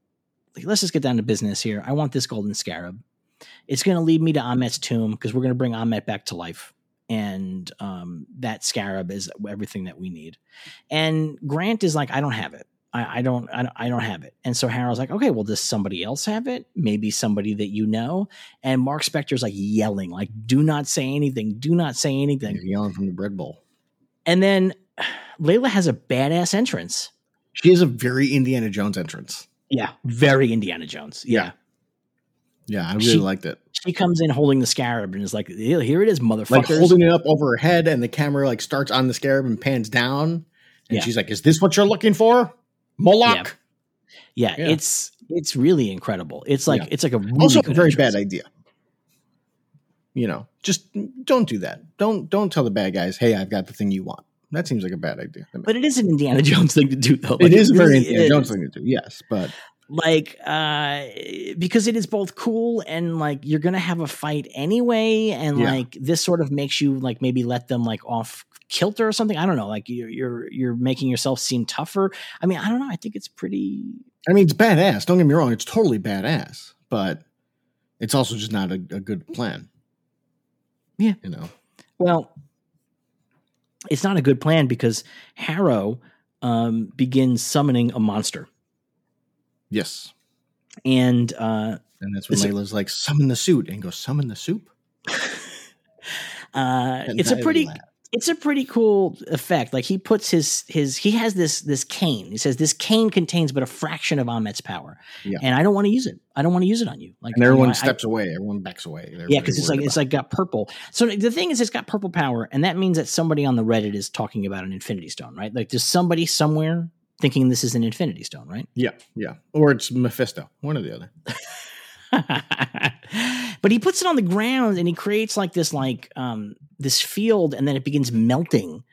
S2: Like, let's just get down to business here. I want this golden scarab. It's going to lead me to Ahmet's tomb because we're going to bring Ahmet back to life. And um, that scarab is everything that we need. And Grant is like, I don't have it. I, I don't, I don't, I don't have it. And so Harrow's like, okay, well, does somebody else have it? Maybe somebody that you know. And Mark Spector's like yelling, like, do not say anything, do not say anything.
S3: He's yelling from the bread bowl.
S2: And then Layla has a badass entrance.
S3: She has a very Indiana Jones entrance.
S2: Yeah, very Indiana Jones. Yeah.
S3: Yeah. Yeah, I really
S2: She-
S3: liked it.
S2: She comes in holding the scarab and is like, "Here here it is, motherfuckers."
S3: Like holding it up over her head, and the camera like starts on the scarab and pans down, and
S2: Yeah.
S3: she's like, "Is this what you're looking for, Moloch?"
S2: Yeah. yeah,
S3: Yeah.
S2: it's it's really incredible. It's like
S3: Yeah.
S2: it's like a really
S3: also a
S2: good
S3: very
S2: entrance.
S3: bad idea. You know, just don't do that. Don't don't tell the bad guys, "Hey, I've got the thing you want." That seems like a bad idea. I mean,
S2: But it is an Indiana Jones thing to do, though. Like,
S3: it is a very
S2: really
S3: Indiana
S2: is.
S3: Jones thing to do. Yes, but
S2: Like, uh, because it is both cool and like you're gonna have a fight anyway, and
S3: Yeah.
S2: like this sort of makes you like maybe let them like off kilter or something. I don't know. Like you're you're you're making yourself seem tougher. I mean, I don't know. I think it's pretty.
S3: I mean, it's badass. Don't get me wrong; it's totally badass. But it's also just not a, a good plan.
S2: Yeah.
S3: you know.
S2: Well, it's not a good plan because Harrow um, begins summoning a monster,
S3: Yes,
S2: and uh,
S3: and that's when
S2: It's-
S3: Layla's like, "Summon the suit," and goes, "Summon the soup."
S2: uh,
S3: And
S2: it's a
S3: I
S2: pretty
S3: laugh.
S2: it's a pretty cool effect. Like he puts his his he has this this cane. He says this cane contains but a fraction of Ahmet's power,
S3: Yeah.
S2: and I don't want to use it. I don't want to use it on you. Like
S3: and everyone
S2: you know, I-
S3: steps away. Everyone backs away. They're
S2: yeah
S3: very
S2: because it's
S3: worried
S2: like it's
S3: about
S2: like got purple so the thing is it's got purple power and that means that somebody on the reddit is talking about an infinity stone right like there's somebody somewhere thinking this is an infinity stone right
S3: it. yeah, yeah, or it's Mephisto, one or the other.
S2: but he puts it on the ground and he creates like this like um this field and then it begins melting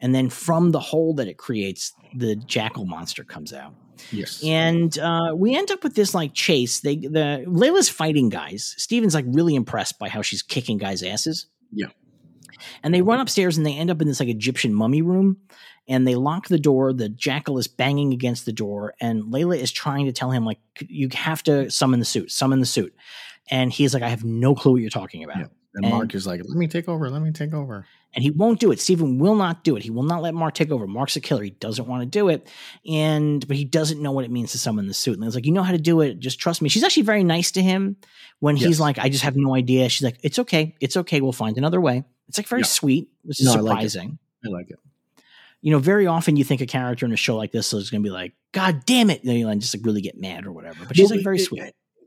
S2: and then from the hole that it creates the jackal monster comes out
S3: Yes,
S2: and uh, we end up with this like chase they the layla's fighting guys steven's like really impressed by how she's kicking guys asses
S3: Yeah.
S2: And they run upstairs and they end up in this like Egyptian mummy room. And they lock the door. The jackal is banging against the door, and Layla is trying to tell him like, "You have to summon the suit. Summon the suit." And he's like, "I have no clue what you're talking about."
S3: Yeah. And,
S2: And-
S3: Mark is like, let me take over. Let me take over.
S2: and he won't do it. Stephen will not do it. He will not let Mark take over. Mark's a killer. He doesn't want to do it, and but he doesn't know what it means to summon the suit. And it's like, you know how to do it. Just trust me. She's actually very nice to him when he's
S3: Yes.
S2: like, I just have no idea. She's like, it's okay. It's okay. We'll find another way. It's like very
S3: Yeah.
S2: sweet, which is
S3: No, I like it.
S2: surprising.
S3: I like it.
S2: you know, very often you think a character in a show like this is going to be like, God damn it, you know, and just like really get mad or whatever. But she's
S3: Well,
S2: like very
S3: it-
S2: sweet.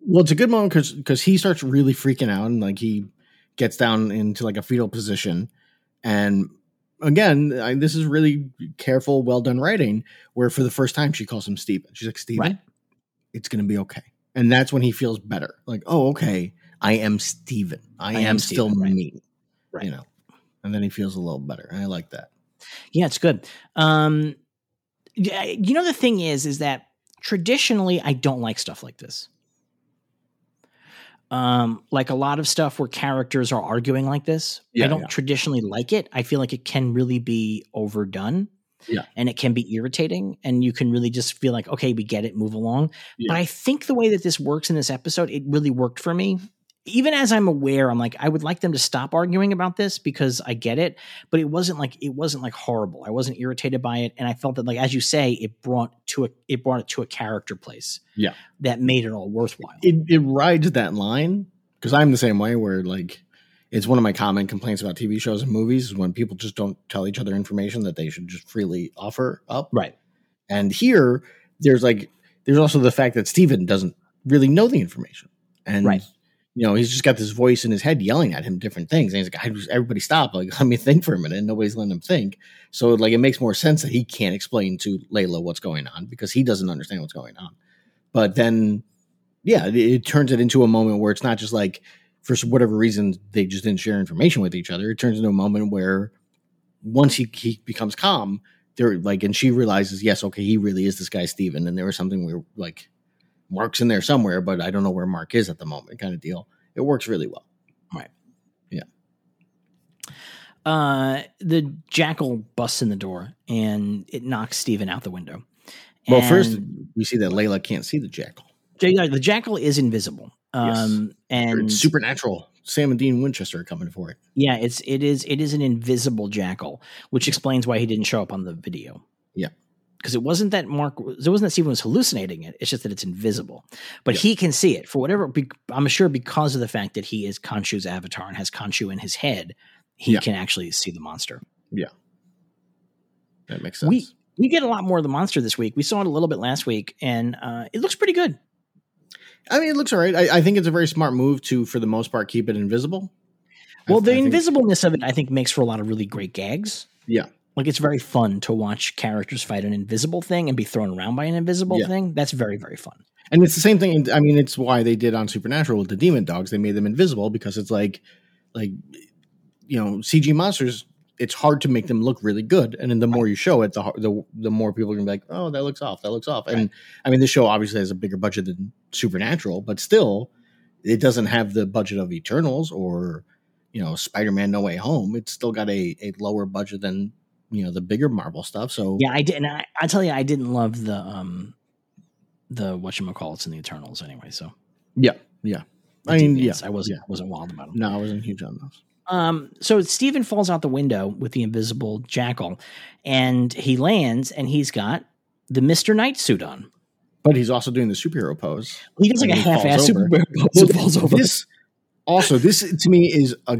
S3: Well, it's a good moment because he starts really freaking out and like he gets down into like a fetal position. And again, I, this is really careful, well done writing. Where for the first time she calls him Steven. She's like, Steven,
S2: Right.
S3: it's gonna be okay. And that's when he feels better. Like, oh, okay, I am Steven. I,
S2: I
S3: am,
S2: am
S3: still
S2: Steven, right.
S3: me.
S2: Right.
S3: You know. And then he feels a little better. And I like that.
S2: Yeah, it's good. Um, yeah, you know, the thing is, is that traditionally I don't like stuff like this. Um, like a lot of stuff where characters are arguing like this, I
S3: Yeah,
S2: don't
S3: yeah.
S2: traditionally like it. I feel like it can really be overdone.
S3: Yeah.
S2: And it can be irritating, and you can really just feel like, okay, we get it, move along.
S3: Yeah.
S2: But I think the way that this works in this episode, it really worked for me. Even as I'm aware, I'm like, I would like them to stop arguing about this because I get it but it wasn't like it wasn't like horrible. I wasn't irritated by it, and I felt that like as you say, it brought to a it brought it to a character place.
S3: Yeah.
S2: that made it all worthwhile.
S3: it, it rides that line because I'm the same way where like it's one of my common complaints about TV shows and movies is when people just don't tell each other information that they should just freely offer up.
S2: right.
S3: And here there's like there's also the fact that Steven doesn't really know the information. And
S2: Right.
S3: you know, he's just got this voice in his head yelling at him different things. And he's like, I just, everybody stop. Like, let me think for a minute. And nobody's letting him think. So like it makes more sense that he can't explain to Layla what's going on because he doesn't understand what's going on. But then yeah, it, it turns it into a moment where it's not just like for whatever reason they just didn't share information with each other. It turns into a moment where once he, he becomes calm, they're like, and she realizes, yes, okay, he really is this guy Steven. And there was something where like Mark's in there somewhere, but I don't know where Mark is at the moment, kind of deal. It works really well.
S2: Uh, the jackal busts in the door and it knocks Steven out the window.
S3: Well, first
S2: And
S3: we see that Layla can't see the jackal.
S2: J- uh, the jackal is invisible. Um, and
S3: it's supernatural. Sam and Dean Winchester are coming for it.
S2: yeah, it's it is it is an invisible jackal, which explains why he didn't show up on the video.
S3: Yeah.
S2: because it wasn't that Mark, it wasn't that Steven was hallucinating it. It's just that it's invisible, but
S3: Yeah.
S2: he can see it for whatever. Be, I'm sure because of the fact that he is Khonshu's avatar and has Khonshu in his head, he
S3: Yeah.
S2: can actually see the monster.
S3: That makes sense.
S2: We we get a lot more of the monster this week. We saw it a little bit last week, and uh, it looks pretty good.
S3: I mean, it looks all right. I, I think it's a very smart move to, for the most part, keep it invisible. I-
S2: Well, the
S3: I think-
S2: invisibleness of it, I think, makes for a lot of really great gags.
S3: Yeah.
S2: Like it's very fun to watch characters fight an invisible thing and be thrown around by an invisible
S3: Yeah.
S2: thing. That's very, very fun.
S3: And it's the same thing. I mean, it's why they did on Supernatural with the demon dogs. They made them invisible because it's like, like, you know, CG monsters. It's hard to make them look really good, and then the more you show it, the har- the the more people are gonna be like, oh, that looks off, that looks off. And I mean, this show obviously has a bigger budget than Supernatural, but still, it doesn't have the budget of Eternals or you know Spider Man No Way Home. It's still got a a lower budget than you know the bigger Marvel stuff. So
S2: Yeah, I didn't I, I tell you I didn't love the um the whatchamacallits in the Eternals anyway, so
S3: I mean, yeah,
S2: yes, I wasn't
S3: yeah.
S2: wasn't wild about them.
S3: no, I wasn't huge on those.
S2: Um, so Steven falls out the window with the invisible jackal and he lands and he's got the Mr. Knight suit on.
S3: But he's also doing the superhero pose.
S2: He does like
S3: And
S2: a
S3: he falls
S2: half ass
S3: over.
S2: superhero pose and falls over.
S3: This also, this to me is a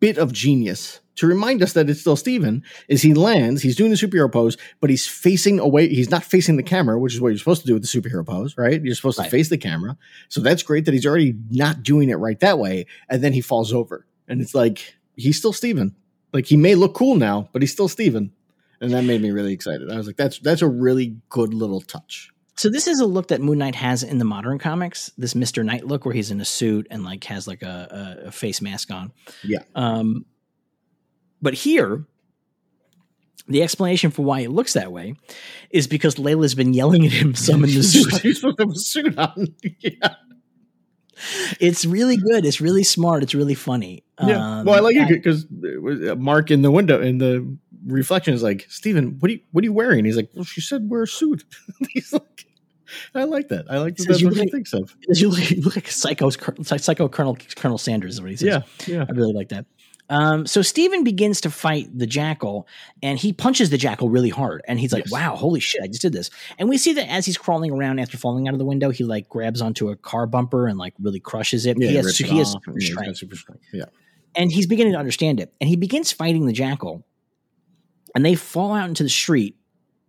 S3: bit of genius to remind us that it's still Steven. Is he lands, he's doing the superhero pose, but he's facing away. He's not facing the camera, which is what you're supposed to do with the superhero pose, right? You're supposed
S2: Right.
S3: to face the camera. So that's great that he's already not doing it right that way, and then he falls over, and it's like he's still Steven. Like he may look cool now, but he's still Steven. And that made me really excited. I was like, "That's that's a really good little touch."
S2: So this is a look that Moon Knight has in the modern comics. This Mister Knight look, where he's in a suit and like has like a, a, a face mask on.
S3: Yeah.
S2: Um, but here, the explanation for why it looks that way is because Layla's been yelling at him, "Summon the
S3: She's
S2: suit."
S3: supposed to have a suit on. yeah.
S2: it's really good. It's really smart. It's really funny.
S3: Yeah.
S2: Um,
S3: well, I like it because Mark in the window in the reflection is like, Steven, what are you what are you wearing? He's like, well, she said wear a suit. He's like, I like that. I like that.
S2: Says
S3: That's
S2: you
S3: what she
S2: like-
S3: thinks of.
S2: You look, you look like psycho, psycho Colonel Colonel Sanders is what he says.
S3: Yeah. Yeah.
S2: I really like that. Um, so Steven begins to fight the jackal and he punches the jackal really hard. And he's like,
S3: Yes.
S2: wow, holy shit, I just did this. And we see that as he's crawling around after falling out of the window, he like grabs onto a car bumper and like really crushes it.
S3: Yeah.
S2: he has,
S3: rips it
S2: he has
S3: off.
S2: super
S3: Yeah, he's got
S2: strength.
S3: super strength. Yeah.
S2: and he's beginning to understand it. And he begins fighting the jackal, and they fall out into the street,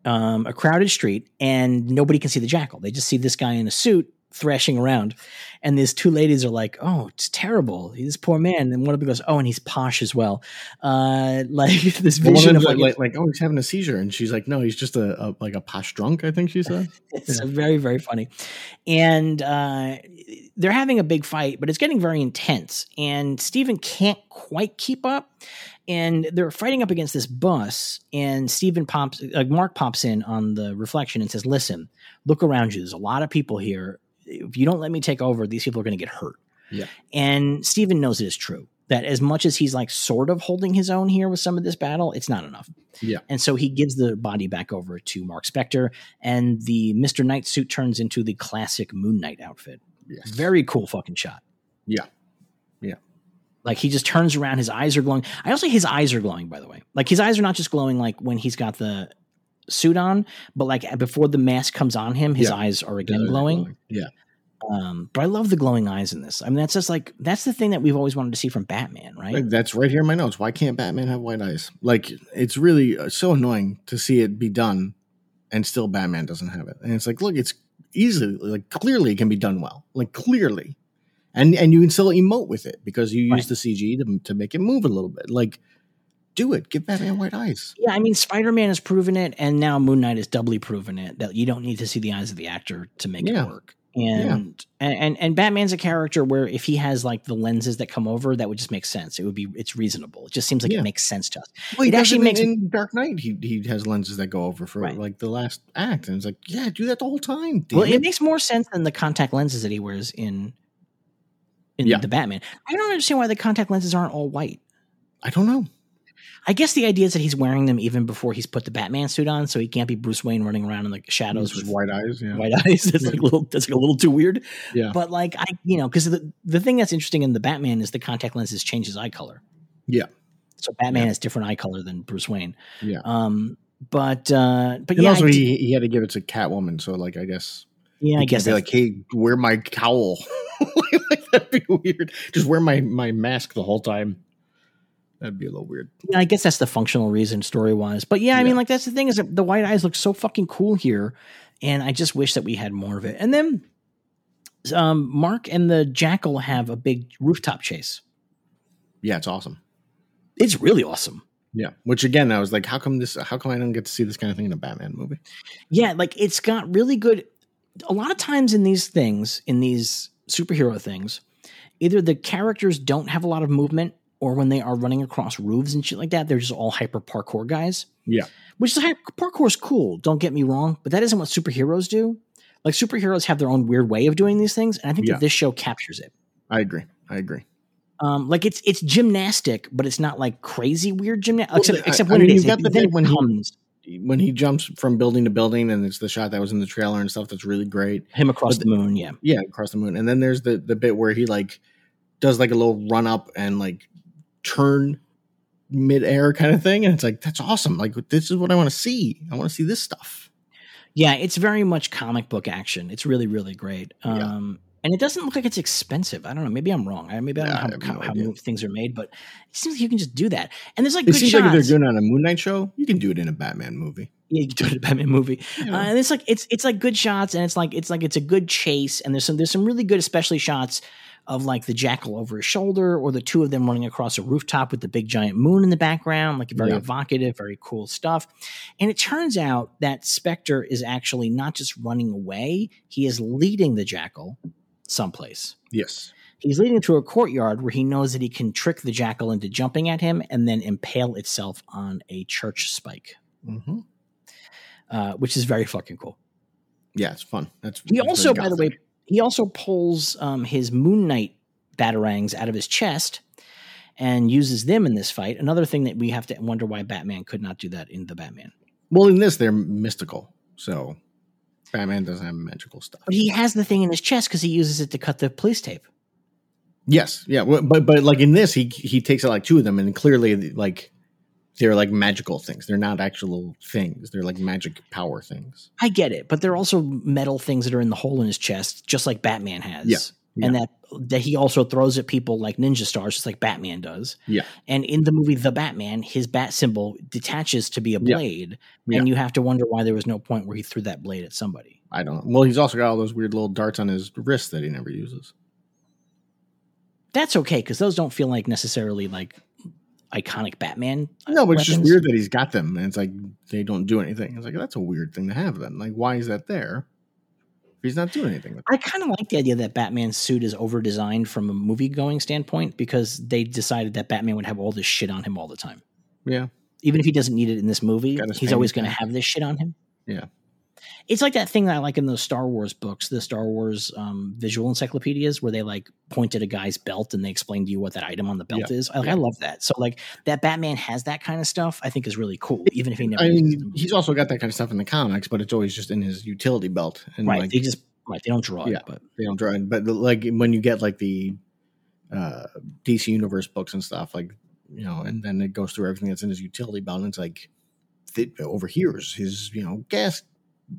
S2: um, a crowded street, and nobody can see the jackal. They just see this guy in a suit thrashing around, and these two ladies are like, "Oh, it's terrible. This poor man." And one of them goes, "Oh, and he's posh as well." Uh, like this
S3: Well, one
S2: vision of
S3: of them's
S2: like,
S3: like, like, oh, he's having a seizure, and she's like, no, he's just a, a like a posh drunk. I think she said.
S2: it's very very funny, and uh, they're having a big fight, but it's getting very intense, and Stephen can't quite keep up. and they're fighting up against this bus and Stephen pops uh, Mark pops in on the reflection and says listen look around you there's a lot of people here if you don't let me take over these people are going to get hurt
S3: Yeah.
S2: and Stephen knows it is true that as much as he's like sort of holding his own here with some of this battle it's not enough
S3: Yeah.
S2: and so he gives the body back over to Mark Spector and the Mr. Knight suit turns into the classic Moon Knight outfit
S3: Yes.
S2: very cool fucking shot
S3: Yeah. Yeah.
S2: like he just turns around, his eyes are glowing. I also his eyes are glowing, by the way. Like his eyes are not just glowing like when he's got the suit on, but like before the mask comes on him, his
S3: Yeah.
S2: eyes are
S3: Yeah,
S2: again
S3: they're
S2: glowing.
S3: Yeah.
S2: Um, but I love the glowing eyes in this. I mean, that's just like that's the thing that we've always wanted to see from Batman, right?
S3: Like, That's right here in my notes. Why can't Batman have white eyes? Like it's really uh, so annoying to see it be done, and still Batman doesn't have it. And it's like, look, it's easily like clearly it can be done well. Like clearly, and and you can still emote with it because you use
S2: Right.
S3: the CG to to make it move a little bit. Like do it. Give Batman white eyes.
S2: yeah, I mean, Spider Man has proven it, and now Moon Knight has doubly proven it that you don't need to see the eyes of the actor to make
S3: Yeah.
S2: it work. And, and and and Batman's a character where if he has like the lenses that come over, that would just make sense. It would be it's reasonable. It just seems like
S3: Yeah.
S2: it makes sense to us.
S3: Well, he
S2: It actually
S3: actually
S2: makes-
S3: makes in Dark Knight. He he has lenses that go over for
S2: Right.
S3: like the last act, and it's like, yeah, do that the whole time. damn
S2: Well, it
S3: it.
S2: makes more sense than the contact lenses that he wears in in
S3: Yeah.
S2: the Batman. I don't understand why the contact lenses aren't all white.
S3: I don't know.
S2: I guess the idea is that he's wearing them even before he's put the Batman suit on, so he can't be Bruce Wayne running around in the shadows
S3: Just
S2: with
S3: white eyes. Yeah.
S2: white eyes. That's like a little that's like a little too weird.
S3: Yeah.
S2: But like I you know, because the, the thing that's interesting in the Batman is the contact lenses change his eye color.
S3: Yeah.
S2: So Batman
S3: Yeah.
S2: has different eye color than Bruce Wayne.
S3: Yeah.
S2: Um but uh but
S3: And
S2: yeah,
S3: also,
S2: I,
S3: he, he had to give it to Catwoman, so like I guess
S2: yeah, I guess
S3: they
S2: that's
S3: like, hey, wear my cowl. like, that'd be weird. Just wear my my mask the whole time. That'd be a little weird.
S2: Yeah, I guess that's the functional reason story wise. But yeah, I mean,
S3: Yeah.
S2: like that's the thing is that the white eyes look so fucking cool here, and I just wish that we had more of it. And then, um, Mark and the Jackal have a big rooftop chase.
S3: Yeah, it's awesome.
S2: It's really awesome.
S3: Yeah. Which again, I was like, how come this? How come I don't get to see this kind of thing in a Batman movie?
S2: Yeah, like it's got really good. A lot of times in these things, in these superhero things, either the characters don't have a lot of movement, or when they are running across roofs and shit like that, they're just all hyper parkour guys.
S3: Yeah.
S2: which is hy- parkour's cool. Don't get me wrong, but that isn't what superheroes do. Like superheroes have their own weird way of doing these things, and I think
S3: Yeah.
S2: that this show captures it.
S3: I agree. I agree.
S2: Um, like it's it's gymnastic, but it's not like crazy weird gymnastic.
S3: Well,
S2: except
S3: I-
S2: except
S3: I
S2: when
S3: mean,
S2: it is,
S3: you've got
S2: It-
S3: the
S2: then
S3: bit
S2: it
S3: when he-
S2: comes
S3: When he jumps from building to building, and it's the shot that was in the trailer and stuff. That's really great.
S2: him across
S3: but
S2: the moon. Yeah,
S3: Yeah, across the moon. And then there's the the bit where he like does like a little run up and like turn midair kind of thing. And it's like, that's awesome. Like this is what I want to see. I want to see this stuff.
S2: yeah, it's very much comic book action. It's really really great.
S3: Yeah.
S2: Um, and it doesn't look like it's expensive. I don't know. Maybe I'm wrong. I, maybe I don't
S3: Yeah, I
S2: know
S3: have
S2: how,
S3: no
S2: how,
S3: idea.
S2: how things are made, but it seems like you can just do that. And there's like
S3: It
S2: good
S3: seems
S2: shots.
S3: like if they're doing it on a Moon Knight show, you can do it in a Batman movie.
S2: yeah, you can do it in a Batman movie.
S3: You know?
S2: Uh, and it's like it's it's like good shots, and it's like it's like it's a good chase, and there's some there's some really good, especially shots of like the jackal over his shoulder, or the two of them running across a rooftop with the big giant moon in the background, like very
S3: Yeah.
S2: evocative, very cool stuff. And it turns out that Spectre is actually not just running away; he is leading the jackal someplace.
S3: yes.
S2: He's leading to a courtyard where he knows that he can trick the jackal into jumping at him and then impale itself on a church spike,
S3: hmm
S2: uh, which is very fucking cool.
S3: Yeah, it's fun. That's
S2: He
S3: it's
S2: also,
S3: very
S2: by the
S3: gothic.
S2: way, He also pulls um, his Moon Knight batarangs out of his chest and uses them in this fight. Another thing that we have to wonder why Batman could not do that in the Batman.
S3: Well, in this, they're mystical. So Batman doesn't have magical stuff.
S2: But he has the thing in his chest because he uses it to cut the police tape.
S3: Yes, yeah, well, but but like in this, he he takes out like two of them, and clearly like they're like magical things. They're not actual things. They're like magic power things.
S2: I get it, but they're also metal things that are in the hole in his chest, just like Batman has.
S3: Yeah,
S2: And that that he also throws at people like ninja stars, just like Batman does.
S3: Yeah,
S2: And in the movie The Batman, his bat symbol detaches to be a
S3: Yeah.
S2: blade,
S3: Yeah.
S2: and you have to wonder why there was no point where he threw that blade at somebody.
S3: I don't. know. Well, he's also got all those weird little darts on his wrist that he never uses.
S2: That's okay because those don't feel like necessarily like iconic Batman. uh,
S3: No, but it's just
S2: weapons.
S3: weird that he's got them, and it's like they don't do anything. It's like that's a weird thing to have. Then, like, why is that there? If he's not doing anything. With
S2: I kind of like the idea that Batman's suit is over designed from a movie going standpoint because they decided that Batman would have all this shit on him all the time.
S3: it. Yeah,
S2: Even if he doesn't need it in this movie,
S3: Got his
S2: he's always
S3: fanny
S2: going to
S3: pack.
S2: have this shit on him.
S3: Yeah.
S2: It's like that thing that I like in those Star Wars books, the Star Wars um, visual encyclopedias, where they like point at a guy's belt and they explain to you what that item on the belt is. I, like, I love that. So, like, that Batman has that kind of stuff, I think is really cool, even if he never
S3: I
S2: uses it in the
S3: mean,
S2: movie.
S3: he's also got that kind of stuff in the comics, but it's always just in his utility belt, and
S2: Right.
S3: like
S2: they just, right. They don't draw
S3: Yeah.
S2: it, but
S3: they don't draw it. But like when you get like the uh, DC Universe books and stuff, like you know, and then it goes through everything that's in his utility belt, and it's like th- over here is his you know gas,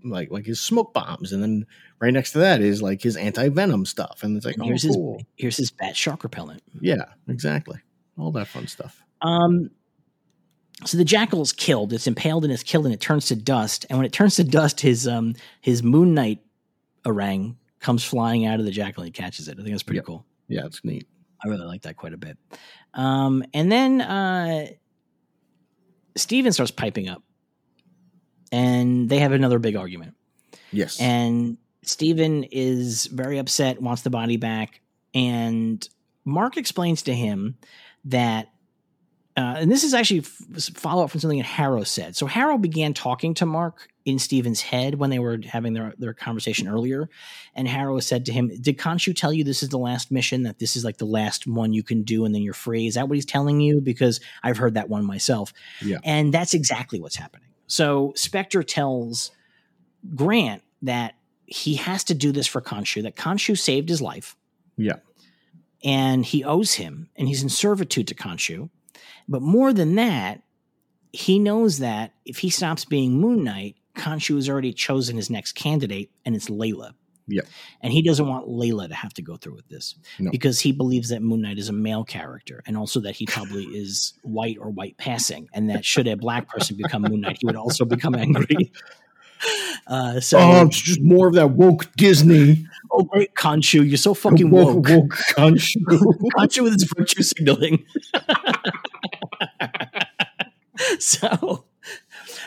S3: like like his smoke bombs, and then right next to that is like his anti venom stuff, and it's like
S2: And
S3: oh,
S2: here's his-
S3: cool.
S2: here's his Bat Shark repellent.
S3: yeah, exactly, all that fun stuff.
S2: Um, so the jackal is killed. It's impaled and it's killed, and it turns to dust. And when it turns to dust, his um his moon knight orang comes flying out of the jackal and he catches it. I think that's pretty
S3: Yep.
S2: cool.
S3: Yeah, it's neat.
S2: I really like that quite a bit. Um, and then uh, Steven starts piping up, and they have another big argument.
S3: Yes,
S2: And Steven is very upset, wants the body back. And Mark explains to him that, uh, and this is actually f- follow up from something that Harrow said. So Harrow began talking to Mark in Steven's head when they were having their, their conversation earlier. And Harrow said to him, Did Khonshu tell you this is the last mission, that this is like the last one you can do and then you're free? Is that what he's telling you? Because I've heard that one myself.
S3: Yeah.
S2: And that's exactly what's happening. So Spectre tells Grant that he has to do this for Khonshu, that Khonshu saved his life.
S3: Yeah.
S2: And he owes him, and he's in servitude to Khonshu. But more than that, he knows that if he stops being Moon Knight, Khonshu has already chosen his next candidate, and it's Layla.
S3: Yeah.
S2: And he doesn't want Layla to have to go through with this
S3: No.
S2: because he believes that Moon Knight is a male character and also that he probably is white or white passing, and that should a black person become Moon Knight, he would also become angry. Uh, so,
S3: oh, it's just more of that woke Disney,
S2: oh great, Khonshu, you're so fucking woke.
S3: woke country.
S2: Contra with his virtue signaling. so,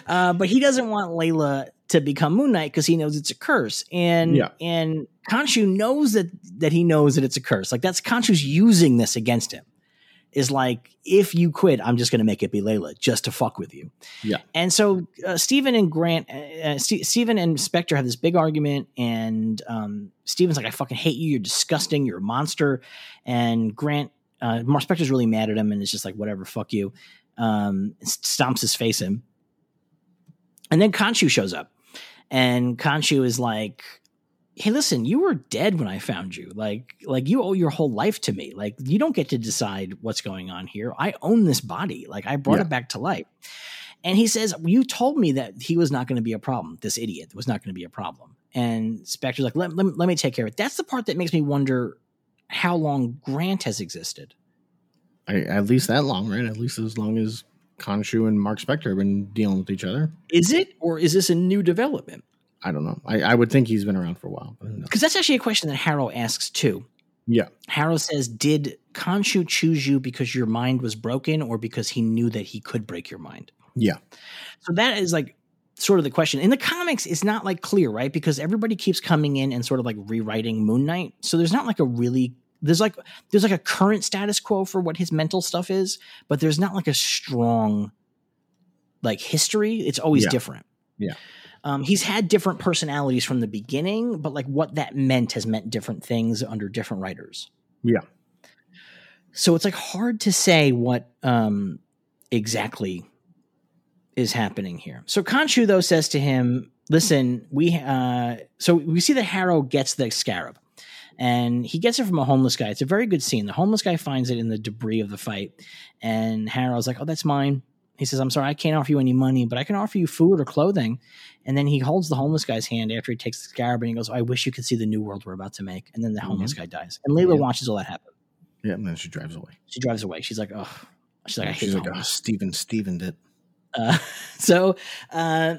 S2: uh, but he doesn't want Layla to become Moon Knight because he knows it's a curse, and
S3: Yeah.
S2: and Khonshu knows that that he knows that it's a curse. Like that's Khonshu's using this against him. Is like if you quit, I'm just going to make it be Layla just to fuck with you.
S3: Yeah.
S2: And so uh, Stephen and Grant, uh, uh, Ste Stephen and Spectre have this big argument, and um, Stephen's like, "I fucking hate you. You're disgusting. You're a monster." And Grant, uh, Mark Spector's really mad at him, and it's just like, "Whatever, fuck you." Um, s- stomps his face in, and then Khonshu shows up, and Khonshu is like. Hey, listen. You were dead when I found you. Like, like you owe your whole life to me. Like, you don't get to decide what's going on here. I own this body. Like, I brought
S3: Yeah.
S2: it back to life. And he says, You told me that he was not going to be a problem. This idiot was not going to be a problem. And Spectre's like, let, let, me- let me take care of it. That's the part that makes me wonder how long Grant has existed.
S3: I, at least that long, right? At least as long as Khonshu and Mark Spector have been dealing with each other.
S2: Is it, or is this a new development?
S3: I don't know. I, I would think he's been around for a while. But who knows?
S2: Because that's actually a question that Harrow asks too.
S3: Yeah.
S2: Harrow says, Did Khonshu choose you because your mind was broken or because he knew that he could break your mind?
S3: Yeah.
S2: So that is like sort of the question. In the comics, it's not like clear, right? Because everybody keeps coming in and sort of like rewriting Moon Knight. So there's not like a really there's like there's like a current status quo for what his mental stuff is, but there's not like a strong like history. It's always
S3: Yeah.
S2: different.
S3: Yeah.
S2: Um, he's had different personalities from the beginning, but like what that meant has meant different things under different writers.
S3: Yeah.
S2: So it's like hard to say what um, exactly is happening here. So Khonshu though says to him, "Listen, we uh, so we see that Harrow gets the scarab, and he gets it from a homeless guy. It's a very good scene. The homeless guy finds it in the debris of the fight, and Harrow's like, "Oh, that's mine." He says, "I'm sorry, I can't offer you any money, but I can offer you food or clothing." And then he holds the homeless guy's hand after he takes the scarab, and he goes, "I wish you could see the new world we're about to make." And then the homeless guy dies, and Layla
S3: Yeah.
S2: watches all that happen.
S3: Yeah, and then she drives away.
S2: She drives away. She's like, "Oh." She's like, I hate
S3: She's
S2: the
S3: like,
S2: homeless."
S3: oh, Steven, Steven did.
S2: Uh, so, uh,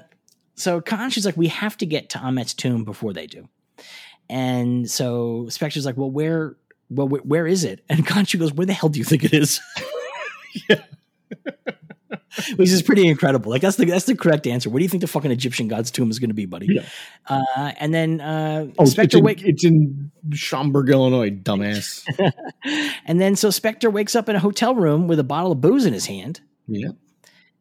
S2: so Khan, she's like, we have to get to Ahmet's tomb before they do. And so Spectre's like, well, where, well, wh- where is it? And Khonshu goes, where the hell do you think it is? Which is pretty incredible. Like that's the that's the correct answer. Where do you think the fucking Egyptian god's tomb is going to be, buddy?
S3: Yeah.
S2: Uh, and then uh,
S3: Oh, it's
S2: Spectre
S3: in,
S2: wake,
S3: it's in Schaumburg, Illinois, dumbass.
S2: and then so Spectre wakes up in a hotel room with a bottle of booze in his hand,
S3: yeah.
S2: And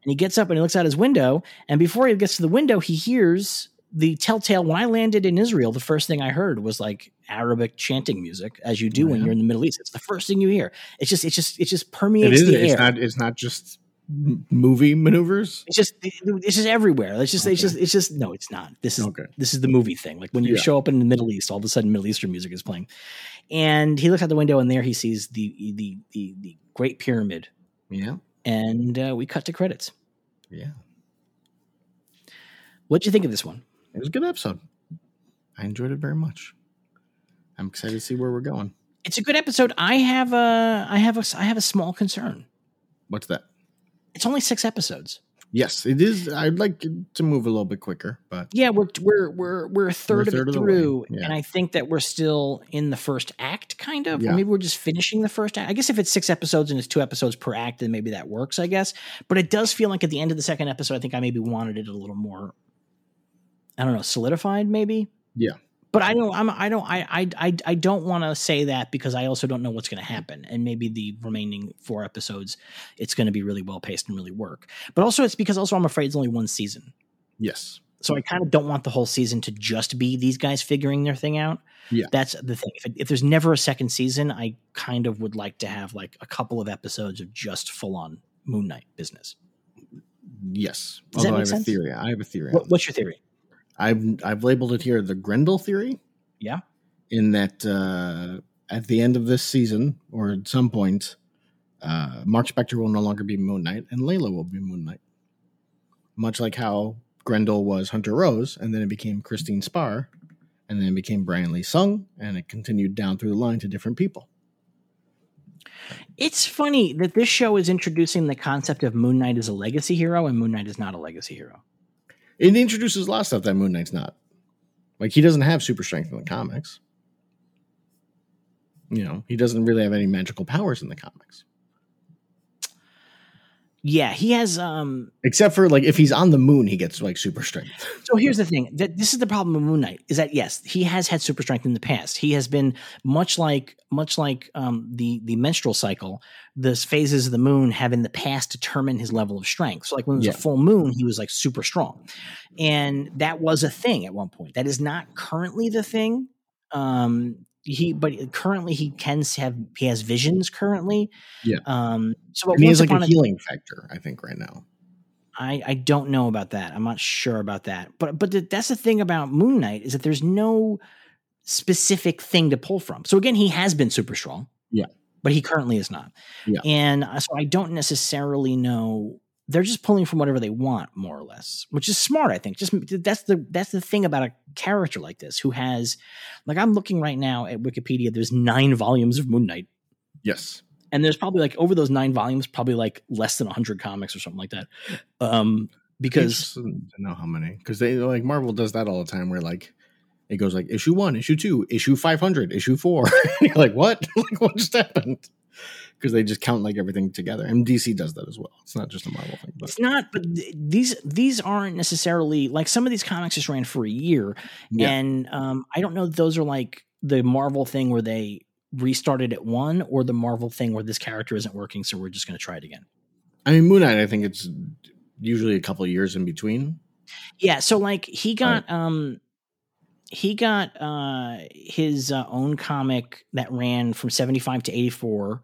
S2: he gets up and he looks out his window. And before he gets to the window, he hears the telltale. When I landed in Israel, the first thing I heard was like Arabic chanting music, as you do when
S3: Yeah.
S2: you're in the Middle East. It's the first thing you hear. It's just, it's just, it just permeates
S3: It is.
S2: the
S3: It's
S2: air.
S3: not. It's not just m- movie maneuvers.
S2: it's just, it's just everywhere. It's just,
S3: Okay.
S2: it's just, it's just. No, it's not. This is
S3: Okay.
S2: this is the movie thing. Like when you
S3: Yeah.
S2: show up in the Middle East, all of a sudden Middle Eastern music is playing. And he looks out the window, and there he sees the the the, the Great Pyramid.
S3: Yeah.
S2: And uh, we cut to credits.
S3: Yeah.
S2: What'd you think of this one?
S3: It was a good episode. I enjoyed it very much. I'm excited to see where we're going.
S2: it's a good episode. I have a I have a I have a small concern.
S3: What's that?
S2: It's only six episodes.
S3: Yes, it is. I'd like to move a little bit quicker, but
S2: Yeah, we're we're we're we're a 3rd
S3: We're a
S2: of
S3: third
S2: it
S3: of the way,
S2: through,
S3: yeah.
S2: and I think that we're still in the first act, kind of.
S3: Yeah.
S2: Or maybe we're just finishing the first act. I guess if it's six episodes and it's two episodes per act, then maybe that works. I guess, but it does feel like at the end of the second episode, I think I maybe wanted it a little more. I don't know, solidified maybe.
S3: Yeah.
S2: But I don't. I'm. I don't. I. I. I, I don't want to say that because I also don't know what's going to happen, and maybe the remaining four episodes, it's going to be really well paced and really work. But also, it's because also I'm afraid it's only one season.
S3: yes,
S2: So I kind of don't want the whole season to just be these guys figuring their thing out.
S3: Yeah.
S2: that's the thing. If, it, if there's never a second season, I kind of would like to have like a couple of episodes of just full on Moon Knight business.
S3: yes.
S2: Does that
S3: Although I
S2: make
S3: have
S2: sense?
S3: a theory. I have a theory.
S2: What,
S3: on
S2: what's your theory?
S3: I've I've labeled it here the Grendel theory.
S2: Yeah.
S3: In that uh, at the end of this season or at some point, uh, Mark Spector will no longer be Moon Knight and Layla will be Moon Knight. Much like how Grendel was Hunter Rose and then it became Christine Spar and then it became Brian Lee Sung and it continued down through the line to different people.
S2: It's funny that this show is introducing the concept of Moon Knight as a legacy hero and Moon Knight is not a legacy hero.
S3: It introduces a lot of stuff that Moon Knight's not. Like he doesn't have super strength in the comics. You know, he doesn't really have any magical powers in the comics.
S2: Yeah, he has. um
S3: Except for like if he's on the moon, he gets like super strength.
S2: So here's the thing that this is the problem with Moon Knight is that yes, he has had super strength in the past. He has been much like much like um, the the menstrual cycle. The phases of the moon have in the past determined his level of strength. So like when it was
S3: Yeah.
S2: a full moon, he was like super strong, and that was a thing at one point. That is not currently the thing. Um, he but currently he can have he has visions currently.
S3: Yeah.
S2: Um. So
S3: And he
S2: once
S3: has like
S2: upon
S3: a
S2: a
S3: healing factor, I think, right now.
S2: I, I don't know about that. I'm not sure about that. But but th- that's the thing about Moon Knight is that there's no specific thing to pull from. So again, he has been super strong.
S3: Yeah.
S2: But he currently is not.
S3: Yeah.
S2: And uh, so I don't necessarily know. They're just pulling from whatever they want, more or less, which is smart. I think. Just that's the that's the thing about a character like this who has, like, I'm looking right now at Wikipedia. There's nine volumes of Moon Knight
S3: Yes.
S2: and there's probably like over those nine volumes probably like less than 100 comics or something like that um because
S3: Because I know how many. Because they like Marvel does that all the time where like it goes like issue one, issue two, issue five hundred, issue four. You're like, what? like what just happened? Because they just count like everything together. And DC does that as well. It's not just a Marvel thing. But
S2: it's not but th- these these aren't necessarily like some of these comics just ran for a year
S3: yeah.
S2: and um i don't know if those are like the marvel thing where they restarted at one or the marvel thing where this character isn't working so we're just going to try it again
S3: I mean, Moon Knight, I think it's usually a couple years in between.
S2: Yeah, so like he got um he got uh his uh, own comic that ran from 75 to 84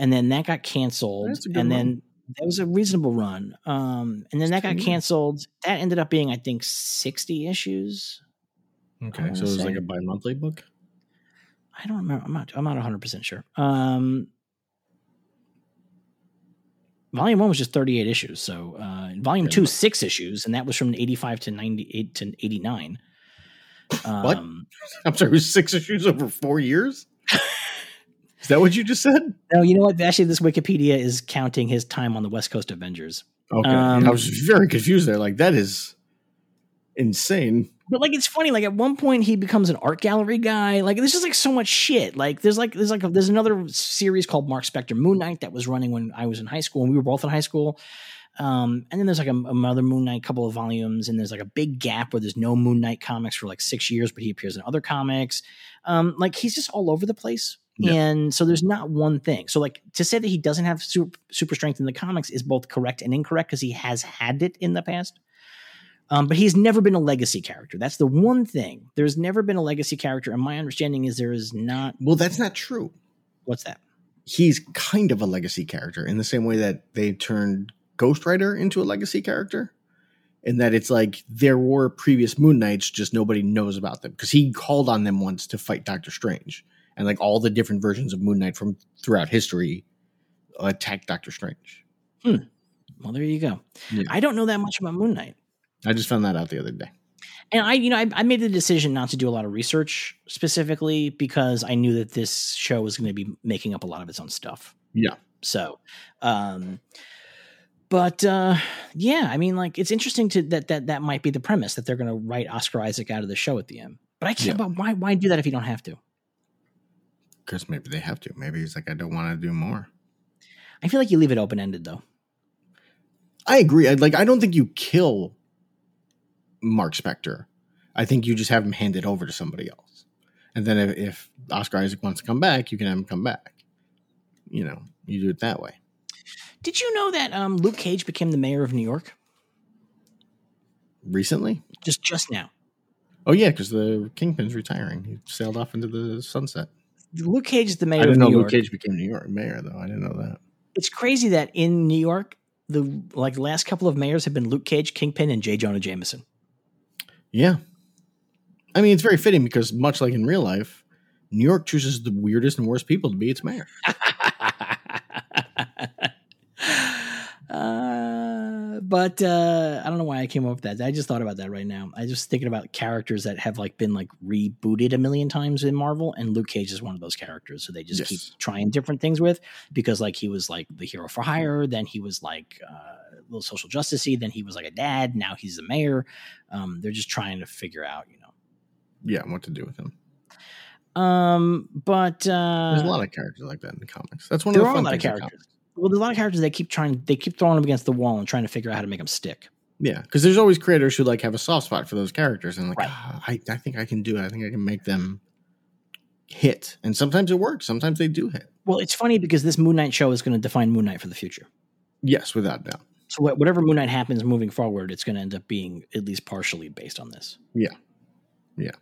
S2: and then that got canceled
S3: That's a
S2: and
S3: good
S2: then that was a reasonable run. Um and then that got
S3: Yeah.
S2: canceled. That ended up being I think 60 issues.
S3: Okay,
S2: wanna
S3: so it was
S2: say-
S3: like a bi-monthly book.
S2: I don't remember. I'm not I'm not 100% sure. Um Volume 1 was just 38 issues. So, uh volume
S3: Yeah,
S2: 2
S3: no.
S2: 6 issues and that was from 85 to 98 to 89.
S3: What?
S2: Um,
S3: I'm sorry, it was six issues over four years. Is that what you just said?
S2: No, you know what? Actually, this Wikipedia is counting his time on the West Coast Avengers.
S3: Okay,
S2: Um,
S3: I was very confused there. Like that is insane.
S2: But like, it's funny. Like at one point, he becomes an art gallery guy. Like there's just like so much shit. Like there's like there's like there's another series called Mark Spector Moon Knight that was running when I was in high school and we were both in high school. Um, and then there's like a, another Moon Knight couple of volumes, and there's like a big gap where there's no Moon Knight comics for like six years, but he appears in other comics. Um, like he's just all over the place.
S3: Yeah.
S2: And so there's not one thing. So like to say that he doesn't have super, super strength in the comics is both correct and incorrect because he has had it in the past. Um, but he's never been a legacy character. That's the one thing. There's never been a legacy character, and my understanding is there is not.
S3: Well, that's not true.
S2: What's that?
S3: He's kind of a legacy character in the same way that they turned Ghost Rider into a legacy character. In that it's like there were previous Moon Knights, just nobody knows about them because he called on them once to fight Doctor Strange, and like all the different versions of Moon Knight from throughout history attacked Doctor Strange.
S2: Well, there you go.
S3: Yeah.
S2: I don't know that much about Moon Knight.
S3: I just found that out the other day.
S2: and I, you know, I, I made the decision not to do a lot of research specifically because I knew that this show was going to be making up a lot of its own stuff.
S3: Yeah.
S2: So, um, but uh, yeah, I mean, like it's interesting to that that that might be the premise that they're going to write Oscar Isaac out of the show at the end. But I can't.
S3: Yeah.
S2: But why why do that if you don't have to?
S3: Because maybe they have to. Maybe he's like, I don't want to do more.
S2: I feel like you leave it open ended though.
S3: I agree. I, like, I don't think you kill Mark Spector. I think you just have him handed over to somebody else. And then if, if Oscar Isaac wants to come back, you can have him come back. You know, you do it that way.
S2: Did you know that um, Luke Cage became the mayor of New York
S3: Recently?
S2: just just now?
S3: Oh, yeah, because the Kingpin's retiring. He sailed off into the sunset.
S2: Luke Cage is the
S3: I
S2: mayor of
S3: didn't know
S2: New York.
S3: Luke Cage became New York mayor, though. I didn't know that.
S2: it's crazy that in New York, the like last couple of mayors have been Luke Cage, Kingpin, and J. Jonah Jameson.
S3: Yeah. I mean, it's very fitting because, much like in real life, New York chooses the weirdest and worst people to be its mayor.
S2: uh, but uh, I don't know why I came up with that. I just thought about that right now. I was just thinking about characters that have like been like rebooted a million times in Marvel, and Luke Cage is one of those characters. So they just
S3: Yes.
S2: keep trying different things with because like he was like the hero for hire, then he was like uh, a little social justicey, then he was like a dad, now he's the mayor. Um, they're just trying to figure out, you know.
S3: Yeah, what to do with him.
S2: Um, but uh,
S3: There's a lot of characters like that in the comics. That's one
S2: there
S3: of the
S2: are a
S3: fun
S2: lot of
S3: things in
S2: characters. Well, there's a lot of characters they keep trying. They keep throwing them against the wall and trying to figure out how to make them stick.
S3: comics. Yeah, because there's always creators who like have a soft spot for those characters and like
S2: Right.
S3: "Ah, I, I think I can do it. I think I can make them hit. And sometimes it works. Sometimes they do hit.
S2: Well, it's funny because this Moon Knight show is going to define Moon Knight for the future.
S3: Yes, without doubt.
S2: So wha- whatever Moon Knight happens moving forward, it's going to end up being at least partially based on this.
S3: Yeah. Yeah.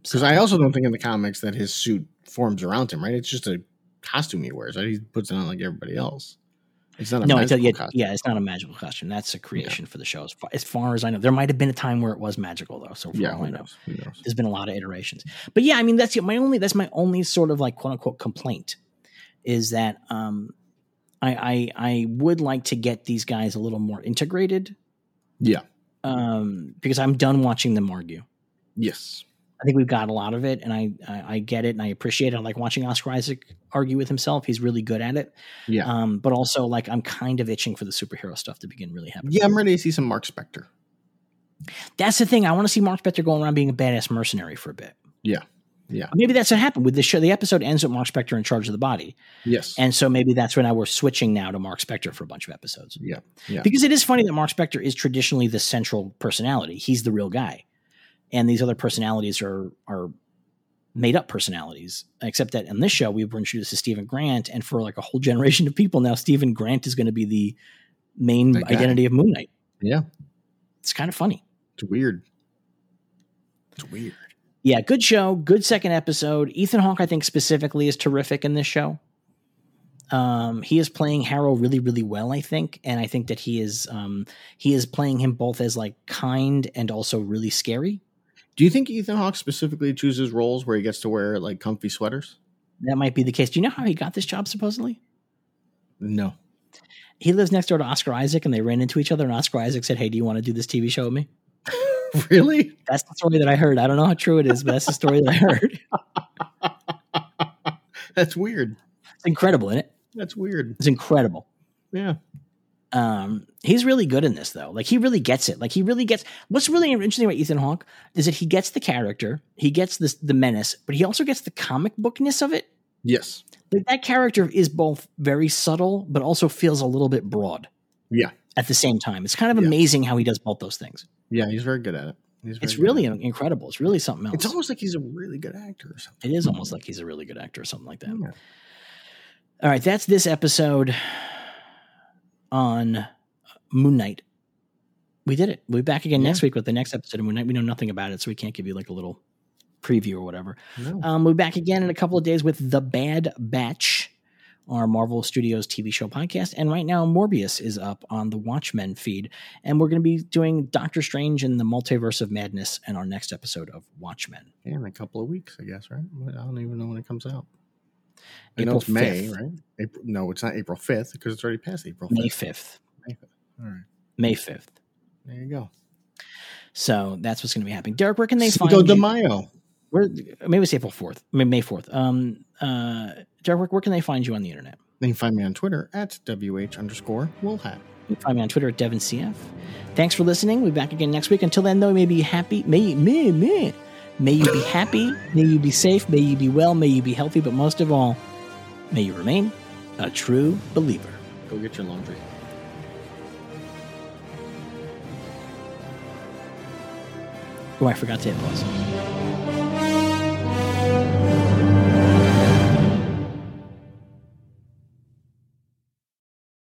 S3: Because
S2: So
S3: I also don't think in the comics that his suit forms around him. Right? It's just a costume he wears. Right? He puts it on like everybody else. It's not a
S2: no, I tell you,
S3: costume.
S2: yeah, it's not a magical costume. That's a creation for the show, as far, as far as I know. There might have been a time where it was magical though. So for
S3: Yeah,
S2: all
S3: who
S2: I know,
S3: knows? Who knows?
S2: there's been a lot of iterations. But yeah, I mean that's my only that's my only sort of like quote unquote complaint is that um I I I would like to get these guys a little more integrated
S3: Yeah.
S2: um because I'm done watching them argue.
S3: Yes.
S2: I think we've got a lot of it and I I, I get it and I appreciate it. I like watching Oscar Isaac argue with himself. He's really good at it.
S3: Yeah.
S2: Um but also like I'm kind of itching for the superhero stuff to begin really happening.
S3: yeah, I'm ready to see some Mark Spector.
S2: That's the thing. I want to see Mark Spector going around being a badass mercenary for a bit.
S3: Yeah. Yeah.
S2: Maybe that's what happened with the show. The episode ends with Mark Spector in charge of the body.
S3: Yes.
S2: And so maybe that's when I were switching now to Mark Spector for a bunch of episodes.
S3: yeah. Yeah.
S2: Because it is funny that Mark Spector is traditionally the central personality. He's the real guy. And these other personalities are are made up personalities. Except that in this show we were introduced to Stephen Grant and for like a whole generation of people now Stephen Grant is going to be the main
S3: That guy.
S2: identity of Moon Knight.
S3: Yeah.
S2: It's kind of funny.
S3: It's weird. It's weird.
S2: Yeah, good show. Good second episode. Ethan Hawke, I think specifically, is terrific in this show. Um, he is playing Harrow really, really well, I think, and I think that he is um, he is playing him both as like kind and also really scary.
S3: Do you think Ethan Hawke specifically chooses roles where he gets to wear like comfy sweaters?
S2: That might be the case. Do you know how he got this job? Supposedly,
S3: No.
S2: he lives next door to Oscar Isaac, and they ran into each other. And Oscar Isaac said, "Hey, do you want to do this TV show with me?"
S3: really?
S2: That's the story that I heard. I don't know how true it is, but that's the story that I heard.
S3: That's weird.
S2: It's incredible, isn't it?
S3: That's weird.
S2: It's incredible.
S3: Yeah.
S2: um he's really good in this though like he really gets it like he really gets what's really interesting about ethan hawke is that he gets the character he gets this the menace but he also gets the comic bookness of it
S3: Yes.
S2: like that character is both very subtle but also feels a little bit broad
S3: Yeah.
S2: at the same time it's kind of
S3: Yeah.
S2: amazing how he does both those things
S3: Yeah, he's very good at it. He's very
S2: it's
S3: good
S2: really
S3: at it.
S2: incredible it's really something else
S3: It's almost like he's a really good actor or something.
S2: It is almost like he's a really good actor or something like that
S3: Yeah.
S2: all right that's this episode on moon knight we did it. We'll be back again
S3: Yeah.
S2: next week with the next episode of Moon Knight. We know nothing about it, so we can't give you like a little preview or whatever.
S3: No.
S2: Um, we'll be back again in a couple of days with The Bad Batch, our Marvel Studios TV show podcast. And right now, Morbius is up on the Watchmen feed. And we're going to be doing Doctor Strange and the Multiverse of Madness in our next episode of Watchmen.
S3: In a couple of weeks, I guess, right? Well, I don't even know when it comes out. I
S2: April
S3: know it's May,
S2: 5th.
S3: right? April, no, it's not April 5th because it's already past April 5th.
S2: May 5th.
S3: All right.
S2: May 5th.
S3: There you go.
S2: So that's what's going to be happening. Derek, where can they
S3: Cinco
S2: find
S3: de
S2: you?
S3: Mayo.
S2: where, maybe it's April 4th. I mean, May 4th. Um, uh, Derek, where- where can they find you on the internet?
S3: They can find me on Twitter at WH underscore Woolhat.
S2: You can find me on Twitter at DevinCF. Thanks for listening. We'll be back again next week. Until then, though, may be happy. May may may. May you be happy. may you be safe. May you be well. May you be healthy. But most of all, may you remain a true believer.
S3: Go get your laundry.
S2: Oh, I forgot to hit pause.